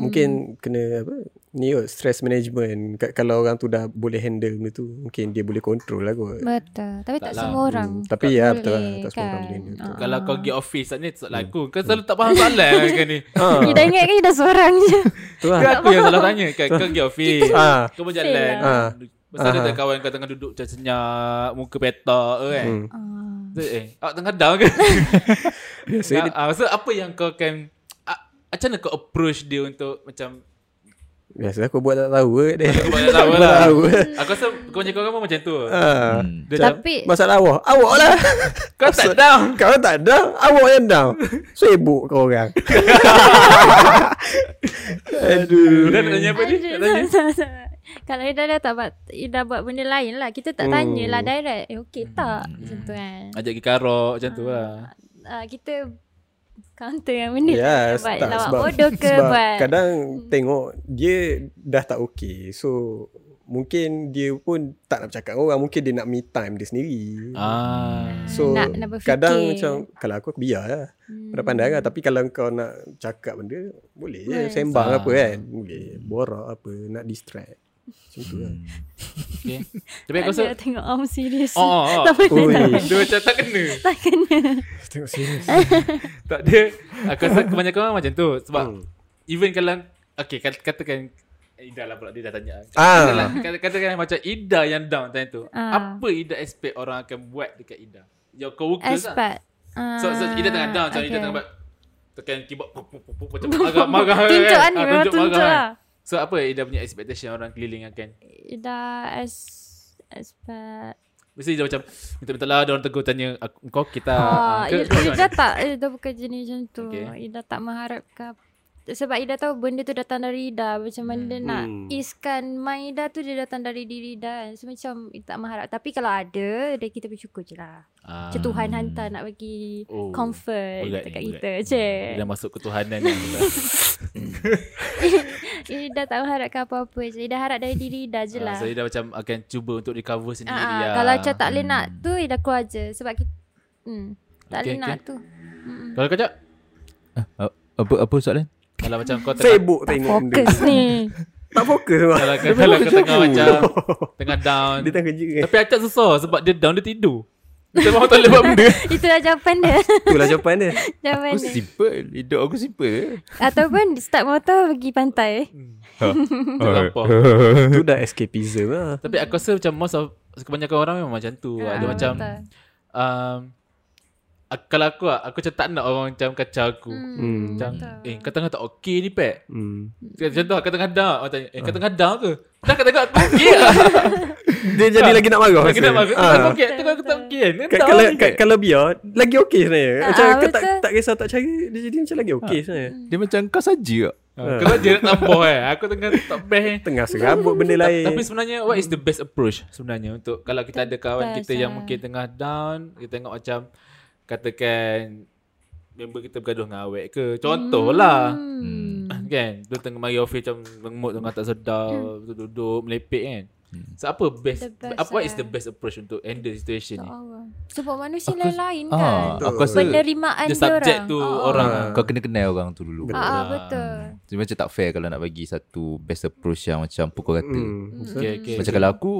[SPEAKER 1] Mungkin kena apa Ni kot stress management Ka- Kalau orang tu dah boleh handle benda tu Mungkin dia boleh control lah kot
[SPEAKER 3] Betul. Tapi tak,
[SPEAKER 4] Taklah.
[SPEAKER 3] semua orang.
[SPEAKER 1] Hmm, tapi ya, betul lah. Tak semua orang boleh.
[SPEAKER 3] Ah.
[SPEAKER 4] Kalau kau pergi office tak ni tak soalan
[SPEAKER 1] Hmm.
[SPEAKER 4] aku Kau selalu tak faham soalan kan ni
[SPEAKER 1] ha,
[SPEAKER 3] You dah ingat kan you dah seorang je.
[SPEAKER 1] Tu lah
[SPEAKER 4] Kan aku yang salah tanya kan Kau pergi office
[SPEAKER 1] Ah.
[SPEAKER 4] Kau pun jalan
[SPEAKER 1] Ah.
[SPEAKER 4] Pasal ada
[SPEAKER 1] Ah.
[SPEAKER 4] tak kawan kau tengah duduk macam senyap Muka petak ke kan
[SPEAKER 1] Hmm.
[SPEAKER 3] Ah,
[SPEAKER 4] Tu, Eh awak tengah down ke
[SPEAKER 1] Biasa
[SPEAKER 4] nah,
[SPEAKER 1] dia-
[SPEAKER 4] ah, Maksud apa yang kau akan ah, Macam mana kau approach dia untuk Macam
[SPEAKER 1] Biasa aku buat tak tahu kot dia
[SPEAKER 4] Kau banyak tahu
[SPEAKER 1] Buat
[SPEAKER 4] lah
[SPEAKER 1] tak tahu
[SPEAKER 4] Aku rasa kau macam kau kan pun macam tu
[SPEAKER 1] Ah.
[SPEAKER 2] Hmm.
[SPEAKER 4] Dia macam,
[SPEAKER 3] Tapi
[SPEAKER 1] Masalah awak Awak lah
[SPEAKER 4] Kau tak down
[SPEAKER 1] Kau tak down Awak yang down Sibuk kau orang Aduh
[SPEAKER 4] Dah nak tanya apa ni
[SPEAKER 3] Aduh,
[SPEAKER 4] Nak tanya
[SPEAKER 3] tak, tak, tak. Kalau Ida dah tak buat Ida buat benda lain lah Kita tak
[SPEAKER 1] Hmm.
[SPEAKER 3] tanya lah direct Eh okey
[SPEAKER 4] Hmm.
[SPEAKER 3] tak Macam tu kan
[SPEAKER 4] Ajak pergi karok macam tu lah
[SPEAKER 3] Ah, Kita Counter yang benda tu
[SPEAKER 1] Ya
[SPEAKER 3] Buat
[SPEAKER 1] tak,
[SPEAKER 3] lawak
[SPEAKER 1] sebab-
[SPEAKER 3] bodoh ke
[SPEAKER 1] sebab
[SPEAKER 3] buat Hmm.
[SPEAKER 1] Kadang tengok Dia dah tak okay So Mungkin dia pun Tak nak bercakap dengan orang Mungkin dia nak me time dia sendiri
[SPEAKER 4] Ah,
[SPEAKER 1] So
[SPEAKER 3] Hmm, Nak- nak berfikir.
[SPEAKER 1] Kadang macam Kalau aku aku biar lah
[SPEAKER 3] Hmm.
[SPEAKER 1] Pada pandang lah Tapi kalau kau nak Cakap benda Boleh je
[SPEAKER 3] Boleh.
[SPEAKER 1] Sembang
[SPEAKER 4] Ah.
[SPEAKER 1] apa kan Boleh Borak apa Nak distract Macam tu lah
[SPEAKER 4] okay. Tapi
[SPEAKER 3] Tak
[SPEAKER 4] aku rasa
[SPEAKER 3] ada tengok Om serius
[SPEAKER 4] Oh, oh, oh.
[SPEAKER 3] Tak
[SPEAKER 1] Ui.
[SPEAKER 3] boleh tak-
[SPEAKER 4] Dia macam tak kena
[SPEAKER 3] Tak kena
[SPEAKER 1] Tengok serius
[SPEAKER 4] Tak ada Aku rasa kebanyakan orang macam tu Sebab
[SPEAKER 1] Hmm.
[SPEAKER 4] Even kalau Okay kat- katakan Ida lah pula Dia dah tanya
[SPEAKER 1] Ah.
[SPEAKER 4] Katakanlah- kata- Katakan macam Ida yang down time tu
[SPEAKER 3] Ah.
[SPEAKER 4] Apa Ida expect orang akan buat Dekat Ida Your coworkers lah
[SPEAKER 3] Expert Ah,
[SPEAKER 4] So, so Ida tengah down Macam Ida
[SPEAKER 3] okay.
[SPEAKER 4] tengah buat Tekan keyboard pup, pup, pup, pup, Macam agak marah kan?
[SPEAKER 3] Tunjuk kan
[SPEAKER 4] Ah,
[SPEAKER 3] Memang tunjuk
[SPEAKER 4] marah kan?
[SPEAKER 3] lah
[SPEAKER 4] So apa dia punya expectation orang keliling akan?
[SPEAKER 3] Dah as as per
[SPEAKER 4] Mesti dia macam minta-minta lah dia orang tegur tanya "Aku- kau kita
[SPEAKER 3] Ah,
[SPEAKER 4] ah,
[SPEAKER 3] Ida,
[SPEAKER 4] ke- kau macam
[SPEAKER 3] Ida
[SPEAKER 4] mana?"
[SPEAKER 3] tak Ida bukan jenis macam tu
[SPEAKER 4] Okay.
[SPEAKER 3] okay. Ida tak mengharapkan Sebab Ida tahu benda tu datang dari Ida Macam mana hmm. dia nak
[SPEAKER 1] Hmm.
[SPEAKER 3] iskan Mind Ida tu dia datang dari diri Ida kan. So macam Ida tak mengharap Tapi kalau ada dia Kita bersyukur je lah
[SPEAKER 4] Ah.
[SPEAKER 3] Macam Tuhan hantar nak bagi
[SPEAKER 4] Oh,
[SPEAKER 3] oh, Comfort
[SPEAKER 4] berat ni,
[SPEAKER 3] dekat
[SPEAKER 4] berat.
[SPEAKER 3] kita je
[SPEAKER 4] Dia dah masuk ketuhanan ni.
[SPEAKER 3] Ida tak mengharapkan apa-apa je Ida harap dari diri Ida je lah
[SPEAKER 4] Ah, Saya dah macam akan cuba untuk recover sendiri
[SPEAKER 3] Ah,
[SPEAKER 4] lah.
[SPEAKER 3] Kalau macam tak boleh nak tu Ida keluar je Sebab kita hmm, Tak
[SPEAKER 4] Okay,
[SPEAKER 3] boleh nak
[SPEAKER 4] okay.
[SPEAKER 3] tu Mm-mm.
[SPEAKER 4] Kalau kau Jok,
[SPEAKER 2] Ah, apa apa soalan?
[SPEAKER 4] kalau macam kau tengah
[SPEAKER 1] Sibuk tengok benda
[SPEAKER 3] Fokus ni
[SPEAKER 1] Tak fokus lah
[SPEAKER 4] kalau kau, kalau kau tengah macam tengah down.
[SPEAKER 1] Dia tengah kerja kan
[SPEAKER 4] Tapi Acap susah sebab dia down dia tidur. Kita mahu tak boleh buat benda.
[SPEAKER 3] Itulah jawapan dia
[SPEAKER 1] Itulah lah jawapan dia
[SPEAKER 3] Jawapan
[SPEAKER 2] Aku
[SPEAKER 3] dia
[SPEAKER 2] simple. Hidup aku simple.
[SPEAKER 3] Ataupun start motor pergi pantai
[SPEAKER 4] Terlampau.
[SPEAKER 1] Itu dah escapism lah
[SPEAKER 4] Tapi aku rasa macam most of kebanyakan orang memang macam tu. Ada
[SPEAKER 3] Ah,
[SPEAKER 4] macam
[SPEAKER 3] betul.
[SPEAKER 4] um, ak- kalau aku lah, aku macam tak nak orang macam kacau aku.
[SPEAKER 1] Hmm.
[SPEAKER 4] Macam,
[SPEAKER 3] betul.
[SPEAKER 4] eh kau tengah tak okey ni Pat?
[SPEAKER 1] hmm.
[SPEAKER 4] Macam tu lah, kau tengah down. Orang tanya, eh
[SPEAKER 1] Ah.
[SPEAKER 4] kau tengah down ke? Dah kau tengah tak okey lah.
[SPEAKER 1] Dia jadi lagi nak marah
[SPEAKER 4] Kau nak
[SPEAKER 1] rasa.
[SPEAKER 4] marah, kau
[SPEAKER 1] Ah.
[SPEAKER 4] tak okey, kau tak okey kan? Kau
[SPEAKER 1] Ka-
[SPEAKER 4] tak
[SPEAKER 1] kalau,
[SPEAKER 4] okey
[SPEAKER 1] ka-
[SPEAKER 4] kan?
[SPEAKER 1] kalau biar Lagi okey sebenarnya
[SPEAKER 3] Ah,
[SPEAKER 1] Macam
[SPEAKER 3] ah,
[SPEAKER 1] kau tak,
[SPEAKER 3] betul.
[SPEAKER 1] tak kisah tak cara Dia jadi macam lagi okey sebenarnya
[SPEAKER 2] Dia macam kau saja.
[SPEAKER 4] Ah, Kalau dia nak tambah eh, aku tengah tak best eh.
[SPEAKER 1] Tengah serabut benda lain
[SPEAKER 4] Tapi sebenarnya what is the best approach sebenarnya untuk kalau kita ada kawan
[SPEAKER 3] Best,
[SPEAKER 4] kita yang
[SPEAKER 3] ah.
[SPEAKER 4] mungkin tengah down, kita tengok macam katakan member kita bergaduh dengan awek ke. Contohlah.
[SPEAKER 3] Hmm.
[SPEAKER 4] Kan Dia tengah mari office Macam lengmut Tengah tak sedar hmm. Duduk Melepek kan
[SPEAKER 1] Hmm.
[SPEAKER 4] So apa best,
[SPEAKER 3] The best,
[SPEAKER 4] apa, What is
[SPEAKER 3] ah.
[SPEAKER 4] the best approach Untuk handle situation ni
[SPEAKER 3] Allah. Sebab manusia
[SPEAKER 2] Aku-
[SPEAKER 3] lain-lain
[SPEAKER 2] Ah,
[SPEAKER 3] kan
[SPEAKER 2] aku rasa
[SPEAKER 3] Penerimaan dia
[SPEAKER 4] Dia
[SPEAKER 3] orang Oh,
[SPEAKER 4] subject tu orang
[SPEAKER 1] Ah.
[SPEAKER 2] kau kena kenal orang tu dulu.
[SPEAKER 3] Ah, ah, betul
[SPEAKER 2] Hmm. Dia macam tak fair kalau nak bagi satu best approach yang macam pukul rata.
[SPEAKER 1] hmm.
[SPEAKER 4] Okay okay
[SPEAKER 2] Macam kalau aku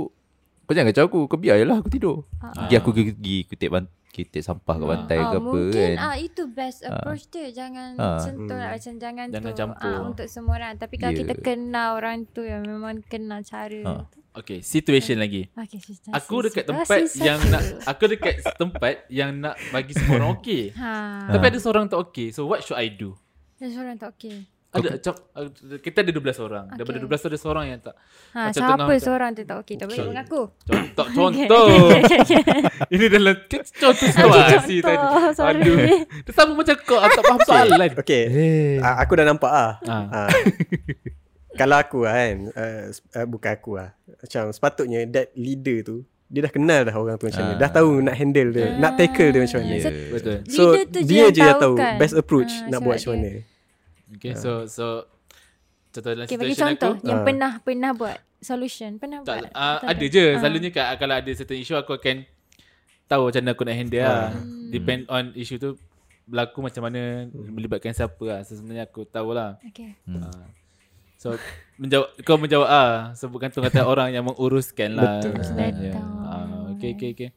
[SPEAKER 2] Kau jangan kacau aku Kau biar je lah aku tidur
[SPEAKER 3] Ah.
[SPEAKER 2] Pergi aku pergi- pergi kutip, ban- kutip sampah kat pantai
[SPEAKER 3] Ah,
[SPEAKER 2] ke apa
[SPEAKER 3] mungkin
[SPEAKER 2] kan
[SPEAKER 3] ah itu best approach dia jangan
[SPEAKER 2] Ah.
[SPEAKER 3] sentuh lah, macam jangan,
[SPEAKER 4] Hmm. Jangan
[SPEAKER 3] tu
[SPEAKER 4] campur.
[SPEAKER 3] ah, untuk semua orang tapi kalau
[SPEAKER 2] Ya.
[SPEAKER 3] kita kenal orang tu yang memang kenal cara
[SPEAKER 2] Ah.
[SPEAKER 3] tu.
[SPEAKER 4] Okay situation lagi
[SPEAKER 3] okay, susah,
[SPEAKER 4] Aku dekat
[SPEAKER 3] susah.
[SPEAKER 4] tempat
[SPEAKER 3] Susah
[SPEAKER 4] Yang
[SPEAKER 3] tu.
[SPEAKER 4] nak Aku dekat tempat Yang nak bagi semua orang okay
[SPEAKER 3] ha
[SPEAKER 4] Tapi ada seorang tak okay So what should I do
[SPEAKER 3] dan seorang tak okey
[SPEAKER 4] ada macam uh, kita ada 12 orang. Okay. Daripada
[SPEAKER 3] Okay.
[SPEAKER 4] 12 tu ada seorang yang tak.
[SPEAKER 3] ha
[SPEAKER 4] Macam
[SPEAKER 3] siapa
[SPEAKER 4] tengah-
[SPEAKER 3] seorang tu tak okey tak boleh mengaku
[SPEAKER 4] Contoh contoh. Ini dalam contoh situasi tadi.
[SPEAKER 3] Ah, contoh sorry
[SPEAKER 4] Aduh. Dia sama macam kau ah, tak faham soalan.
[SPEAKER 1] Okay
[SPEAKER 2] Eh.
[SPEAKER 1] Ah, Aku dah nampak lah
[SPEAKER 4] Ah.
[SPEAKER 1] Ah. Kalau aku lah kan uh, uh, Bukan aku lah Macam sepatutnya That leader tu Dia dah kenal dah orang tu macam mana Dah tahu nak handle dia Nak tackle dia macam mana
[SPEAKER 2] Ya,
[SPEAKER 4] Betul.
[SPEAKER 1] So
[SPEAKER 3] Leader tu je
[SPEAKER 1] dia
[SPEAKER 3] yang
[SPEAKER 1] je yang
[SPEAKER 3] tahu
[SPEAKER 1] tahu
[SPEAKER 3] kan.
[SPEAKER 1] Best approach
[SPEAKER 3] Ah,
[SPEAKER 1] Nak
[SPEAKER 3] sebab
[SPEAKER 1] buat macam
[SPEAKER 3] dia-
[SPEAKER 1] mana
[SPEAKER 4] Okay, so so contoh dalam
[SPEAKER 3] Okay,
[SPEAKER 4] okay,
[SPEAKER 3] bagi
[SPEAKER 4] situation
[SPEAKER 3] contoh
[SPEAKER 4] aku
[SPEAKER 3] aku, yang
[SPEAKER 1] Ah.
[SPEAKER 3] pernah pernah buat solution, pernah buat.
[SPEAKER 4] tak uh,
[SPEAKER 3] Tak
[SPEAKER 4] ada je selalunya kat, kalau ada certain issue aku akan tahu macam mana aku nak handle lah.
[SPEAKER 3] Hmm.
[SPEAKER 4] Depend on issue tu berlaku macam mana melibatkan siapa lah. So, sebenarnya aku tahulah.
[SPEAKER 3] Okay.
[SPEAKER 4] Ah. So menjawab kau menjawab ah sebutkan tu kata orang yang menguruskan lah.
[SPEAKER 1] Betul.
[SPEAKER 3] Betul.
[SPEAKER 4] sebenarnya. Ah, okay okay okay.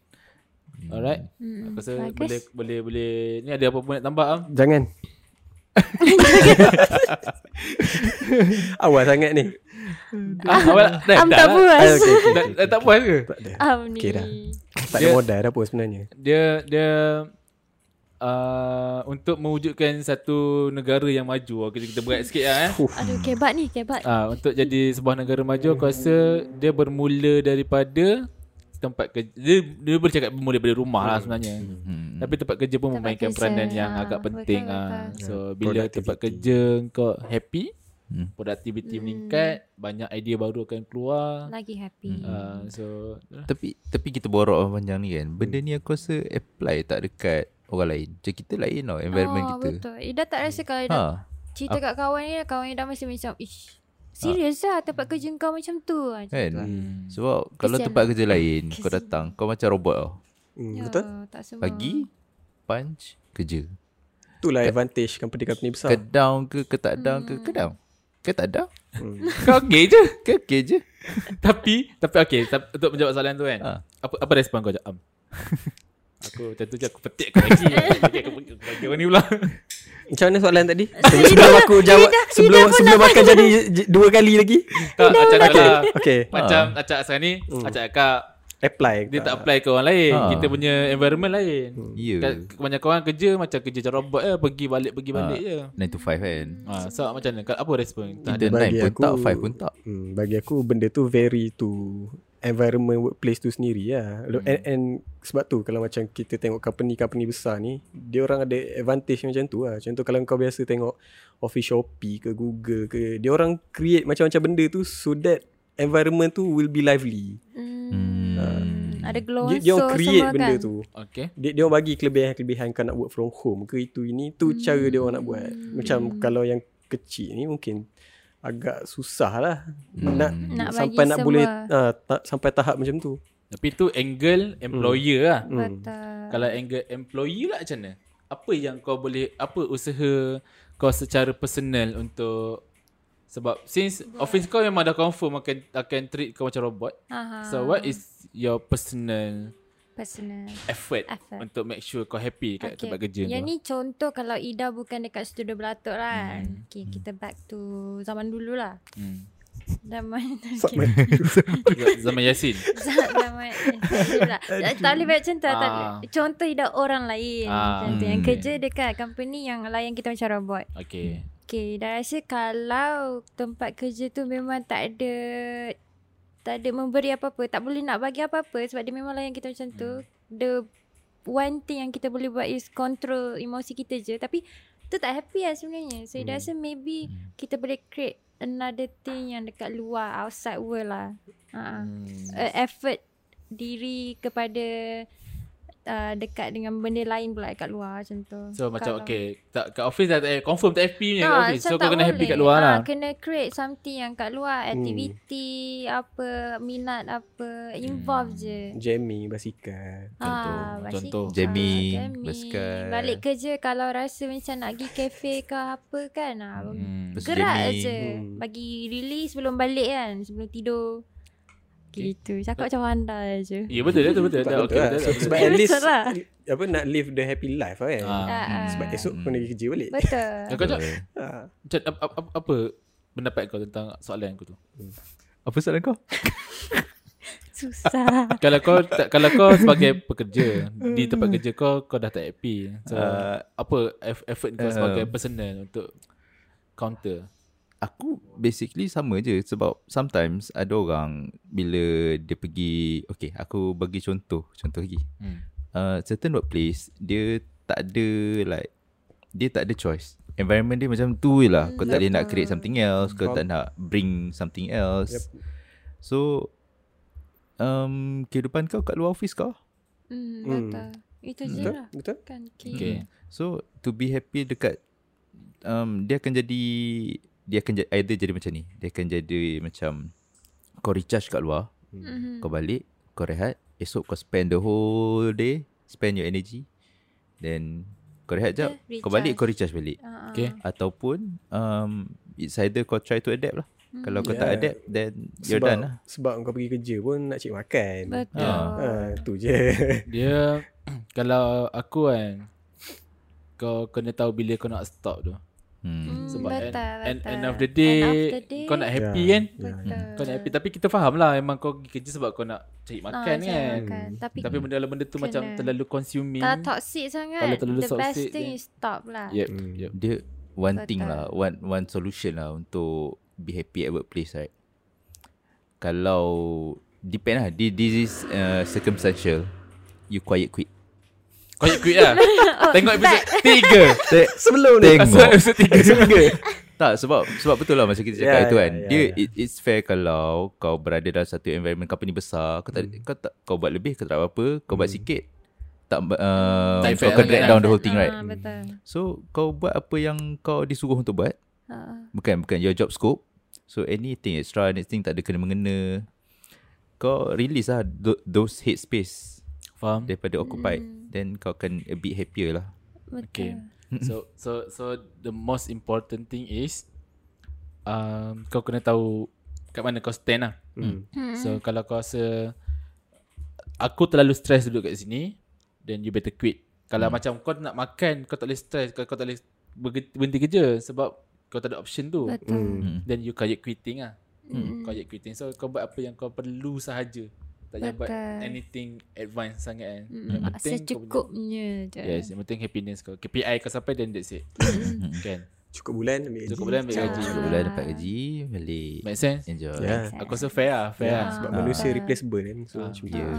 [SPEAKER 4] Alright.
[SPEAKER 3] Mm-mm.
[SPEAKER 4] Aku rasa
[SPEAKER 3] Hmm. Bagus. Ah.
[SPEAKER 4] boleh boleh boleh ni ada apa pun nak tambah am?
[SPEAKER 1] Jangan Awal sangat ni
[SPEAKER 4] Ah, awal dah,
[SPEAKER 3] Am
[SPEAKER 4] dah
[SPEAKER 3] tak
[SPEAKER 4] lah.
[SPEAKER 1] ah, okay, okay,
[SPEAKER 3] puas.
[SPEAKER 4] Dah,
[SPEAKER 1] okay.
[SPEAKER 4] dah tak puas ke?
[SPEAKER 1] Tak ada
[SPEAKER 3] Am ni.
[SPEAKER 1] Okay dah. Tak ada
[SPEAKER 4] Dia-
[SPEAKER 1] modal dah pun sebenarnya
[SPEAKER 4] Dia dia uh, untuk mewujudkan satu negara yang maju. Aku kita berat sikit lah eh.
[SPEAKER 3] Aduh, kebat ni, kebat.
[SPEAKER 4] Ah, untuk jadi sebuah negara maju aku rasa dia bermula daripada tempat kerja dia, dia boleh cakap bermula daripada rumah lah sebenarnya
[SPEAKER 2] Hmm.
[SPEAKER 4] tapi tempat kerja pun memainkan
[SPEAKER 3] kerja,
[SPEAKER 4] peranan yang
[SPEAKER 3] ah,
[SPEAKER 4] agak penting
[SPEAKER 3] betul,
[SPEAKER 4] ah
[SPEAKER 3] betul.
[SPEAKER 4] so bila tempat kerja kau happy
[SPEAKER 2] Hmm.
[SPEAKER 4] productivity meningkat banyak idea baru akan keluar
[SPEAKER 3] Lagi happy. Oh,
[SPEAKER 4] Ah, so
[SPEAKER 2] Tapi tapi kita borak panjang ni
[SPEAKER 3] Hmm.
[SPEAKER 2] kan Benda ni aku rasa apply tak dekat orang lain Macam kita lain tau environment
[SPEAKER 3] oh,
[SPEAKER 2] kita
[SPEAKER 3] betul. Ida tak rasa kalau Ida
[SPEAKER 2] Ha.
[SPEAKER 3] cerita kat kawan ni, kawan Ida masih macam, ish, serius lah tempat kerja kau macam tu. Ah, macam
[SPEAKER 2] Kan
[SPEAKER 3] tu lah.
[SPEAKER 4] Hmm.
[SPEAKER 2] Sebab kalau
[SPEAKER 3] Kesian lah.
[SPEAKER 2] tempat kerja lain Kau
[SPEAKER 3] Kesian.
[SPEAKER 2] datang Kau macam robot tau
[SPEAKER 1] hmm,
[SPEAKER 3] Ya,
[SPEAKER 1] Betul
[SPEAKER 3] Tak semua.
[SPEAKER 2] Pagi Punch Kerja
[SPEAKER 1] Itulah advantage Company-company besar
[SPEAKER 2] Kau down ke Kau tak down ke Kau down Kau tak down
[SPEAKER 1] hmm.
[SPEAKER 4] kau okey je
[SPEAKER 2] Kau okay je
[SPEAKER 4] tapi tapi okey tap- untuk menjawab soalan tu kan
[SPEAKER 2] Ah.
[SPEAKER 4] apa apa respon kau Am aku macam tu je aku petik kau lagi Petik aku petik kau lagi orang ni pula
[SPEAKER 1] Macam mana soalan tadi? Sebelum aku jawab Sebelum sebelum makan jadi j- Dua kali lagi
[SPEAKER 4] tak acak
[SPEAKER 1] Okay
[SPEAKER 4] lah
[SPEAKER 1] Okay Ah. Hmm.
[SPEAKER 4] macam acak sekarang ni acak akak
[SPEAKER 1] apply
[SPEAKER 4] Dia tak apply ke orang lain
[SPEAKER 1] Ah.
[SPEAKER 2] Ha.
[SPEAKER 4] Kita punya environment
[SPEAKER 1] Hmm.
[SPEAKER 4] lain
[SPEAKER 2] Ya.
[SPEAKER 4] yeah. Banyak orang kerja Macam kerja macam robot je Pergi balik Pergi
[SPEAKER 1] Ah.
[SPEAKER 4] balik je
[SPEAKER 2] 9 to 5 kan.
[SPEAKER 4] ha, So macam mana Kau- Apa respon Tak
[SPEAKER 2] Kita
[SPEAKER 4] ada
[SPEAKER 1] bagi
[SPEAKER 2] 9 pun
[SPEAKER 1] aku-
[SPEAKER 2] tak, 5 pun tak.
[SPEAKER 1] Hmm, bagi aku benda tu vary to environment workplace tu sendiri lah. Hmm. And, and sebab tu kalau macam kita tengok company-company besar ni, dia orang ada advantage macam tu lah. Contoh kalau kau biasa tengok office Shopee ke Google ke, dia orang create macam-macam benda tu so that environment tu will be lively.
[SPEAKER 3] Hmm. Ada glow
[SPEAKER 1] Dia, dia orang
[SPEAKER 3] so
[SPEAKER 1] create
[SPEAKER 3] semua
[SPEAKER 1] benda
[SPEAKER 3] kan?
[SPEAKER 1] tu.
[SPEAKER 4] Okay
[SPEAKER 1] Dia, dia orang bagi kelebihan-kelebihan kau nak work from home ke itu ini tu hmm. cara dia orang nak buat. Macam
[SPEAKER 3] Hmm.
[SPEAKER 1] kalau yang kecil ni mungkin agak susah lah hmm. nak,
[SPEAKER 3] Nak
[SPEAKER 1] nak
[SPEAKER 3] bagi
[SPEAKER 1] sampai nak
[SPEAKER 3] semua.
[SPEAKER 1] boleh uh, ta- sampai tahap macam tu.
[SPEAKER 4] Tapi tu angle employer lah
[SPEAKER 1] Hmm.
[SPEAKER 3] Betul.
[SPEAKER 4] Kalau angle employee lah macam mana Apa yang kau boleh Apa usaha Kau secara personal Untuk Sebab Since Office kau memang dah confirm Akan akan treat kau macam robot
[SPEAKER 3] Aha.
[SPEAKER 4] So what is Your personal
[SPEAKER 3] personal
[SPEAKER 4] effort,
[SPEAKER 3] Effort.
[SPEAKER 4] Untuk make sure kau happy Kat okay. tempat kerja
[SPEAKER 3] Yang
[SPEAKER 4] kau.
[SPEAKER 3] ni contoh kalau Ida bukan dekat studio belatuk lah. Hmm. Okay, kita back to zaman dulu lah.
[SPEAKER 4] hmm.
[SPEAKER 3] Zaman
[SPEAKER 1] Sama.
[SPEAKER 4] Zaman Yasin
[SPEAKER 3] Zaman tak, Eh, tak boleh buat macam tu lah, tak boleh.
[SPEAKER 4] Ah.
[SPEAKER 3] Contoh hidup orang lain
[SPEAKER 4] Ah.
[SPEAKER 3] Macam tu Yang
[SPEAKER 2] Hmm.
[SPEAKER 3] kerja dekat company Yang layan kita macam robot
[SPEAKER 4] Okay
[SPEAKER 3] Okay dah rasa kalau Tempat kerja tu memang tak ada Tak ada memberi apa-apa Tak boleh nak bagi apa-apa Sebab dia memang layan kita macam tu
[SPEAKER 4] Hmm.
[SPEAKER 3] The one thing yang kita boleh buat Is control emosi kita je Tapi tu tak happy lah sebenarnya So
[SPEAKER 4] Hmm.
[SPEAKER 3] Ida rasa maybe Kita boleh create Another thing yang dekat luar Outside world lah uh
[SPEAKER 4] hmm.
[SPEAKER 3] uh, effort diri kepada uh, dekat dengan benda lain pula kat luar macam tu.
[SPEAKER 4] So macam okay tak, Kat office dah tak, eh, Confirm tak happy punya kat office
[SPEAKER 3] Ah, macam
[SPEAKER 4] So kau
[SPEAKER 3] tak
[SPEAKER 4] kena happy
[SPEAKER 3] boleh.
[SPEAKER 4] kat luar
[SPEAKER 3] Ah,
[SPEAKER 4] lah
[SPEAKER 3] Kena create something yang kat luar, aktiviti apa, minat apa, involve
[SPEAKER 4] Hmm.
[SPEAKER 3] je. Ah,
[SPEAKER 1] Jamming basikal.
[SPEAKER 3] Contoh,
[SPEAKER 4] Contoh.
[SPEAKER 2] Jamming, basikal.
[SPEAKER 3] Balik kerja kalau rasa macam nak pergi kafe ke apa kan. Ah,
[SPEAKER 4] hmm.
[SPEAKER 2] Terus
[SPEAKER 3] Gerak
[SPEAKER 2] jamming.
[SPEAKER 3] je.
[SPEAKER 1] Hmm.
[SPEAKER 3] Bagi release sebelum balik kan, sebelum tidur.
[SPEAKER 4] Okay.
[SPEAKER 3] Gitu. Cakap macam anda je.
[SPEAKER 4] Ya betul betul
[SPEAKER 1] Tak
[SPEAKER 4] betul. betul, okay,
[SPEAKER 1] betul lah.
[SPEAKER 4] betul,
[SPEAKER 1] So,
[SPEAKER 4] betul.
[SPEAKER 1] Sebab at least
[SPEAKER 3] Betul lah.
[SPEAKER 1] apa nak live the happy life lah kan.
[SPEAKER 4] Ah.
[SPEAKER 3] Ah,
[SPEAKER 1] Sebab
[SPEAKER 3] ah.
[SPEAKER 1] esok kena pergi kerja balik.
[SPEAKER 3] Betul.
[SPEAKER 4] Kau cakap
[SPEAKER 2] Eh,
[SPEAKER 1] Ah.
[SPEAKER 4] Macam apa, apa, apa pendapat kau tentang soalan aku tu?
[SPEAKER 2] Apa soalan kau?
[SPEAKER 3] Susah.
[SPEAKER 4] Kalau kau tak, kalau kau sebagai pekerja di tempat kerja kau kau dah tak happy. So uh,
[SPEAKER 2] Ah.
[SPEAKER 4] apa eff- effort kau
[SPEAKER 2] Ah.
[SPEAKER 4] sebagai personal untuk counter?
[SPEAKER 2] Aku basically sama je sebab sometimes ada orang bila dia pergi okay aku bagi contoh contoh lagi
[SPEAKER 4] Hmm.
[SPEAKER 2] uh, certain workplace dia tak ada like dia tak ada choice environment dia macam tu je lah kau tak boleh nak create something else kau tak nak bring something else
[SPEAKER 1] Yep.
[SPEAKER 2] so um, kehidupan kau kat luar office kau
[SPEAKER 3] Hmm,
[SPEAKER 1] Hmm.
[SPEAKER 3] betul. Itu je
[SPEAKER 1] Betul?
[SPEAKER 3] lah.
[SPEAKER 1] Betul?
[SPEAKER 3] Kan, okay.
[SPEAKER 4] Okay.
[SPEAKER 2] So to be happy dekat um, Dia akan jadi Dia akan jadi, either jadi macam ni Dia akan jadi macam Kau recharge kat luar
[SPEAKER 3] Mhm.
[SPEAKER 2] Kau balik Kau rehat Esok kau spend the whole day Spend your energy Then Kau rehat jap yeah,
[SPEAKER 3] Yeah,
[SPEAKER 2] Kau balik
[SPEAKER 3] Eh,
[SPEAKER 2] kau
[SPEAKER 3] recharge.
[SPEAKER 2] recharge balik
[SPEAKER 3] Ah, ah.
[SPEAKER 4] Okay.
[SPEAKER 2] Ataupun um, It's either kau try to adapt lah
[SPEAKER 3] Hmm.
[SPEAKER 2] Kalau kau
[SPEAKER 1] Yeah.
[SPEAKER 2] tak adapt Then you're
[SPEAKER 1] sebab,
[SPEAKER 2] done lah
[SPEAKER 1] Sebab kau pergi kerja pun nak cari makan.
[SPEAKER 3] Betul.
[SPEAKER 2] Ah.
[SPEAKER 1] Ah, tu je.
[SPEAKER 4] Dia kalau aku kan kau kena tahu bila kau nak stop tu.
[SPEAKER 2] hmm.
[SPEAKER 3] Hmm,
[SPEAKER 4] Sebab
[SPEAKER 3] betul,
[SPEAKER 4] end, end,
[SPEAKER 3] betul.
[SPEAKER 4] end of the day,
[SPEAKER 3] End of the day,
[SPEAKER 4] kau nak happy
[SPEAKER 2] Ya.
[SPEAKER 1] Yeah.
[SPEAKER 4] kan?
[SPEAKER 3] betul.
[SPEAKER 4] Kau nak happy tapi kita faham lah memang kau pergi kerja sebab kau nak cari
[SPEAKER 3] Ah,
[SPEAKER 4] makan
[SPEAKER 3] cari
[SPEAKER 4] kan.
[SPEAKER 3] makan.
[SPEAKER 2] Hmm.
[SPEAKER 3] Tapi,
[SPEAKER 4] Tapi benda kalau benda tu
[SPEAKER 3] Kena.
[SPEAKER 4] macam terlalu consuming.
[SPEAKER 3] kalau toxic sangat,
[SPEAKER 4] Kalau terlalu
[SPEAKER 3] the best
[SPEAKER 4] toxic
[SPEAKER 3] thing
[SPEAKER 4] dia-
[SPEAKER 3] is stop lah.
[SPEAKER 4] Yep,
[SPEAKER 1] Hmm.
[SPEAKER 4] yep.
[SPEAKER 2] Dia One thing
[SPEAKER 3] Betul.
[SPEAKER 2] lah One one solution lah Untuk Be happy at workplace right Kalau Depend lah This, this is uh, Circumstantial You quiet quit
[SPEAKER 4] Kau ikut quit lah.
[SPEAKER 3] Oh,
[SPEAKER 4] Tengok episod tiga.
[SPEAKER 2] Te-
[SPEAKER 1] Sebelum ni.
[SPEAKER 4] Pasal
[SPEAKER 2] Tengok
[SPEAKER 4] episod tiga.
[SPEAKER 2] Tak sebab Sebab betul lah Macam kita cakap
[SPEAKER 1] Ya,
[SPEAKER 2] yeah, itu
[SPEAKER 1] ya,
[SPEAKER 2] kan
[SPEAKER 1] ya,
[SPEAKER 2] yeah, Dia
[SPEAKER 1] ya.
[SPEAKER 2] yeah. It, It's fair kalau Kau berada dalam satu environment Company besar Kau tak, hmm. kau, tak kau buat lebih Kau tak buat apa Kau buat sikit Tak uh,
[SPEAKER 4] Hmm. Tak
[SPEAKER 2] Kau
[SPEAKER 4] fair
[SPEAKER 2] akan
[SPEAKER 4] lah,
[SPEAKER 2] drag
[SPEAKER 4] kan?
[SPEAKER 2] down the whole thing
[SPEAKER 3] Ah,
[SPEAKER 2] right
[SPEAKER 3] Betul.
[SPEAKER 2] So kau buat apa yang Kau disuruh untuk buat
[SPEAKER 4] Hmm.
[SPEAKER 3] Ah, ah.
[SPEAKER 2] Bukan bukan Your job scope So anything extra Anything tak ada kena-mengena Kau release lah tho- Those head space
[SPEAKER 4] Faham?
[SPEAKER 2] Daripada occupied
[SPEAKER 4] Hmm.
[SPEAKER 2] Then kau akan A bit happier lah
[SPEAKER 4] Okay.
[SPEAKER 3] Betul.
[SPEAKER 4] So so so the most important thing is um, kau kena tahu kat mana kau stand lah.
[SPEAKER 1] Hmm.
[SPEAKER 3] Mm-hmm.
[SPEAKER 4] So kalau kau rasa aku terlalu stress duduk kat sini, then you better quit. Kalau macam kau nak makan, kau tak boleh stress, kau, kau tak boleh berge- berhenti kerja sebab kau tak ada option tu.
[SPEAKER 3] Betul.
[SPEAKER 2] Hmm.
[SPEAKER 4] Then you kayak quitting lah.
[SPEAKER 3] Mm.
[SPEAKER 4] Kau kayak quitting. So kau buat apa yang kau perlu sahaja. Tak payah buat
[SPEAKER 3] Betul.
[SPEAKER 4] anything advance sangat kan Yang
[SPEAKER 3] Mm,
[SPEAKER 4] penting kau punya-
[SPEAKER 3] secukupnya je.
[SPEAKER 4] Yes yang penting happiness kau KPI kau sampai then that's it Kan
[SPEAKER 1] Cukup bulan ambil
[SPEAKER 4] Cukup bulan ambil gaji
[SPEAKER 2] Cukup bulan dapat gaji Balik
[SPEAKER 4] Make sense
[SPEAKER 2] Enjoy
[SPEAKER 1] Yeah.
[SPEAKER 4] Aku rasa fair lah Fair
[SPEAKER 1] Yeah,
[SPEAKER 4] lah
[SPEAKER 1] sebab
[SPEAKER 2] Ah.
[SPEAKER 1] manusia replaceable kan so
[SPEAKER 4] Ah.
[SPEAKER 1] macam tu.
[SPEAKER 2] Yeah.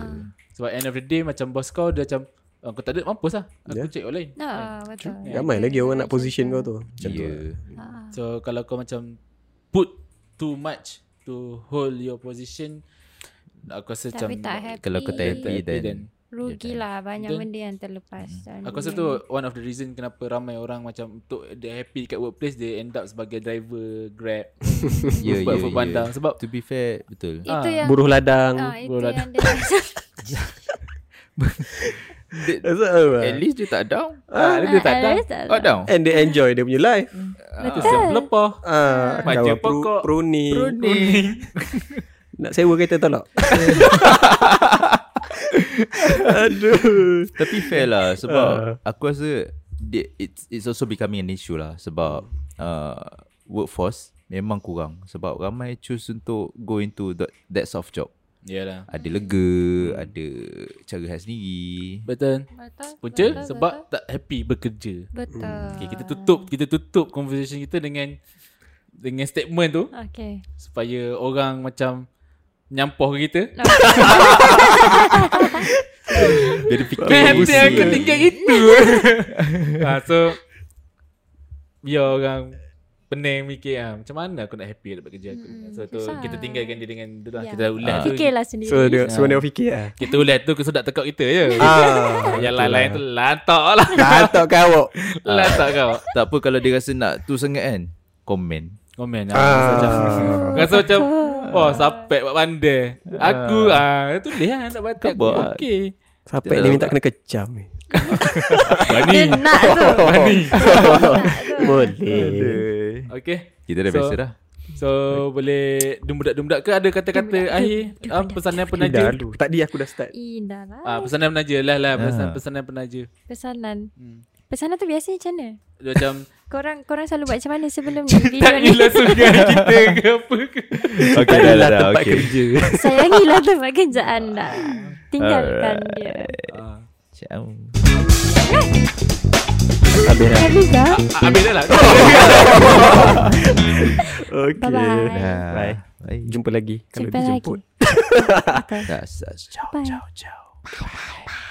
[SPEAKER 4] Sebab end of the day Macam bos kau dia macam "Ah, Kau tak ada mampus lah Aku
[SPEAKER 1] Yeah.
[SPEAKER 4] check online Kan?
[SPEAKER 3] Ah, betul.
[SPEAKER 2] Ya.
[SPEAKER 1] Ramai lagi orang nak position kau tu. Macam tu.
[SPEAKER 2] yeah.
[SPEAKER 3] Ah,
[SPEAKER 4] So kalau kau macam Put too much To hold your position Aku rasa
[SPEAKER 3] Tapi
[SPEAKER 4] macam
[SPEAKER 3] tak happy.
[SPEAKER 2] Kalau kau tak happy
[SPEAKER 4] happy
[SPEAKER 2] then
[SPEAKER 4] then
[SPEAKER 3] Rugilah lah, banyak
[SPEAKER 4] Then-
[SPEAKER 3] benda yang terlepas. dalam
[SPEAKER 4] Mm-hmm. Aku rasa
[SPEAKER 3] dunia
[SPEAKER 4] tu
[SPEAKER 3] ni.
[SPEAKER 4] one of the reason kenapa ramai orang macam untuk dia happy kat workplace dia end up sebagai driver Grab,
[SPEAKER 2] Ya
[SPEAKER 4] buat food bandang sebab
[SPEAKER 2] To be fair Betul
[SPEAKER 3] Itu yang
[SPEAKER 1] Buruh ladang.
[SPEAKER 3] ah, itu
[SPEAKER 4] buruh
[SPEAKER 3] yang dia
[SPEAKER 2] Dia-
[SPEAKER 1] That's all,
[SPEAKER 2] At
[SPEAKER 1] ah.
[SPEAKER 2] least dia tak down
[SPEAKER 4] ah, dia, dia tak
[SPEAKER 3] Ah,
[SPEAKER 4] down.
[SPEAKER 3] dia tak
[SPEAKER 2] Kau down
[SPEAKER 1] And they enjoy dia punya life.
[SPEAKER 4] Itu sebab lepoh.
[SPEAKER 1] Ah,
[SPEAKER 4] Mata
[SPEAKER 1] kawan pro,
[SPEAKER 4] pokok.
[SPEAKER 1] pruni. Nak sewa kereta tak nak? Aduh.
[SPEAKER 2] Tapi fair lah
[SPEAKER 1] Ah.
[SPEAKER 2] Sebab Aku rasa dia, it's, it's also becoming an issue lah Sebab uh, Workforce Memang kurang Sebab ramai choose untuk Go into that, that soft job
[SPEAKER 4] Yalah.
[SPEAKER 2] Ada lega Ada Cara khas sendiri
[SPEAKER 4] Betul.
[SPEAKER 3] Betul.
[SPEAKER 4] Punca
[SPEAKER 3] betul,
[SPEAKER 4] sebab tak happy bekerja.
[SPEAKER 3] Betul. betul.
[SPEAKER 4] Okay, kita tutup kita tutup conversation kita dengan dengan statement tu
[SPEAKER 3] Okay.
[SPEAKER 4] supaya orang macam nyampoh ke kita.
[SPEAKER 2] Jadi fikir
[SPEAKER 4] Happy Eh, aku
[SPEAKER 2] pusing.
[SPEAKER 4] tinggal itu. ah, so biar orang pening mikir ah, macam mana aku nak happy dapat kerja aku. Mm, so tu
[SPEAKER 3] susah.
[SPEAKER 4] kita tinggalkan dia dengan dia lah.
[SPEAKER 3] Ya.
[SPEAKER 4] Kita ulat tu.
[SPEAKER 3] Fikirlah sendiri.
[SPEAKER 1] So dia semua dia fikir ah.
[SPEAKER 4] Kita ulat tu ke sudah tekak kita je.
[SPEAKER 1] Ah,
[SPEAKER 4] Yang lain-lain tu lantak lah.
[SPEAKER 1] Lantok kau awak.
[SPEAKER 4] lantak kau.
[SPEAKER 2] Tak apa kalau dia rasa nak tu sangat kan Comment
[SPEAKER 4] Komen lah.
[SPEAKER 1] Ah.
[SPEAKER 4] Rasa macam, rasa macam Wah sapek buat pandai Aku ah, Tulis lah nak batik aku
[SPEAKER 2] Kau buat.
[SPEAKER 4] Okay
[SPEAKER 1] Sampai dia minta kena kecam ni.
[SPEAKER 3] Dia nak tu.
[SPEAKER 1] Boleh.
[SPEAKER 4] Okay
[SPEAKER 2] Kita dah
[SPEAKER 4] So,
[SPEAKER 2] biasa dah
[SPEAKER 4] So boleh Dumbudak-dumbudak ke ada kata-kata
[SPEAKER 3] Dumbudak,
[SPEAKER 4] akhir
[SPEAKER 3] dumbudak,
[SPEAKER 4] ah, Pesanan penaja
[SPEAKER 1] Dah lu. Tadi aku dah start.
[SPEAKER 3] Indah lah.
[SPEAKER 4] Ah, pesanan penaja lah lah pesan,
[SPEAKER 2] Ah.
[SPEAKER 4] pesanan penaja.
[SPEAKER 3] Pesanan.
[SPEAKER 4] Hmm.
[SPEAKER 3] Pesanan tu biasanya macam mana?
[SPEAKER 4] Dia macam
[SPEAKER 3] Korang korang selalu buat macam mana sebelum ni? Video ni.
[SPEAKER 4] tangilah sungai kita ke apa ke.
[SPEAKER 2] Okay dah dah
[SPEAKER 1] Adalah
[SPEAKER 2] dah
[SPEAKER 1] tempat
[SPEAKER 2] okay.
[SPEAKER 1] kerja.
[SPEAKER 3] Sayangilah tempat kerja anda. Tinggalkan dia.
[SPEAKER 4] Ah,
[SPEAKER 2] Ciao
[SPEAKER 3] Habis dah.
[SPEAKER 4] ah, habis dah lah.
[SPEAKER 1] Okay.
[SPEAKER 3] Bye-bye.
[SPEAKER 1] Bye.
[SPEAKER 2] Bye
[SPEAKER 1] Jumpa lagi. Kalau
[SPEAKER 3] Jumpa lagi.
[SPEAKER 1] dijemput.
[SPEAKER 2] Yes, yes. Ciao
[SPEAKER 3] Bye.
[SPEAKER 2] ciao ciao
[SPEAKER 1] Bye.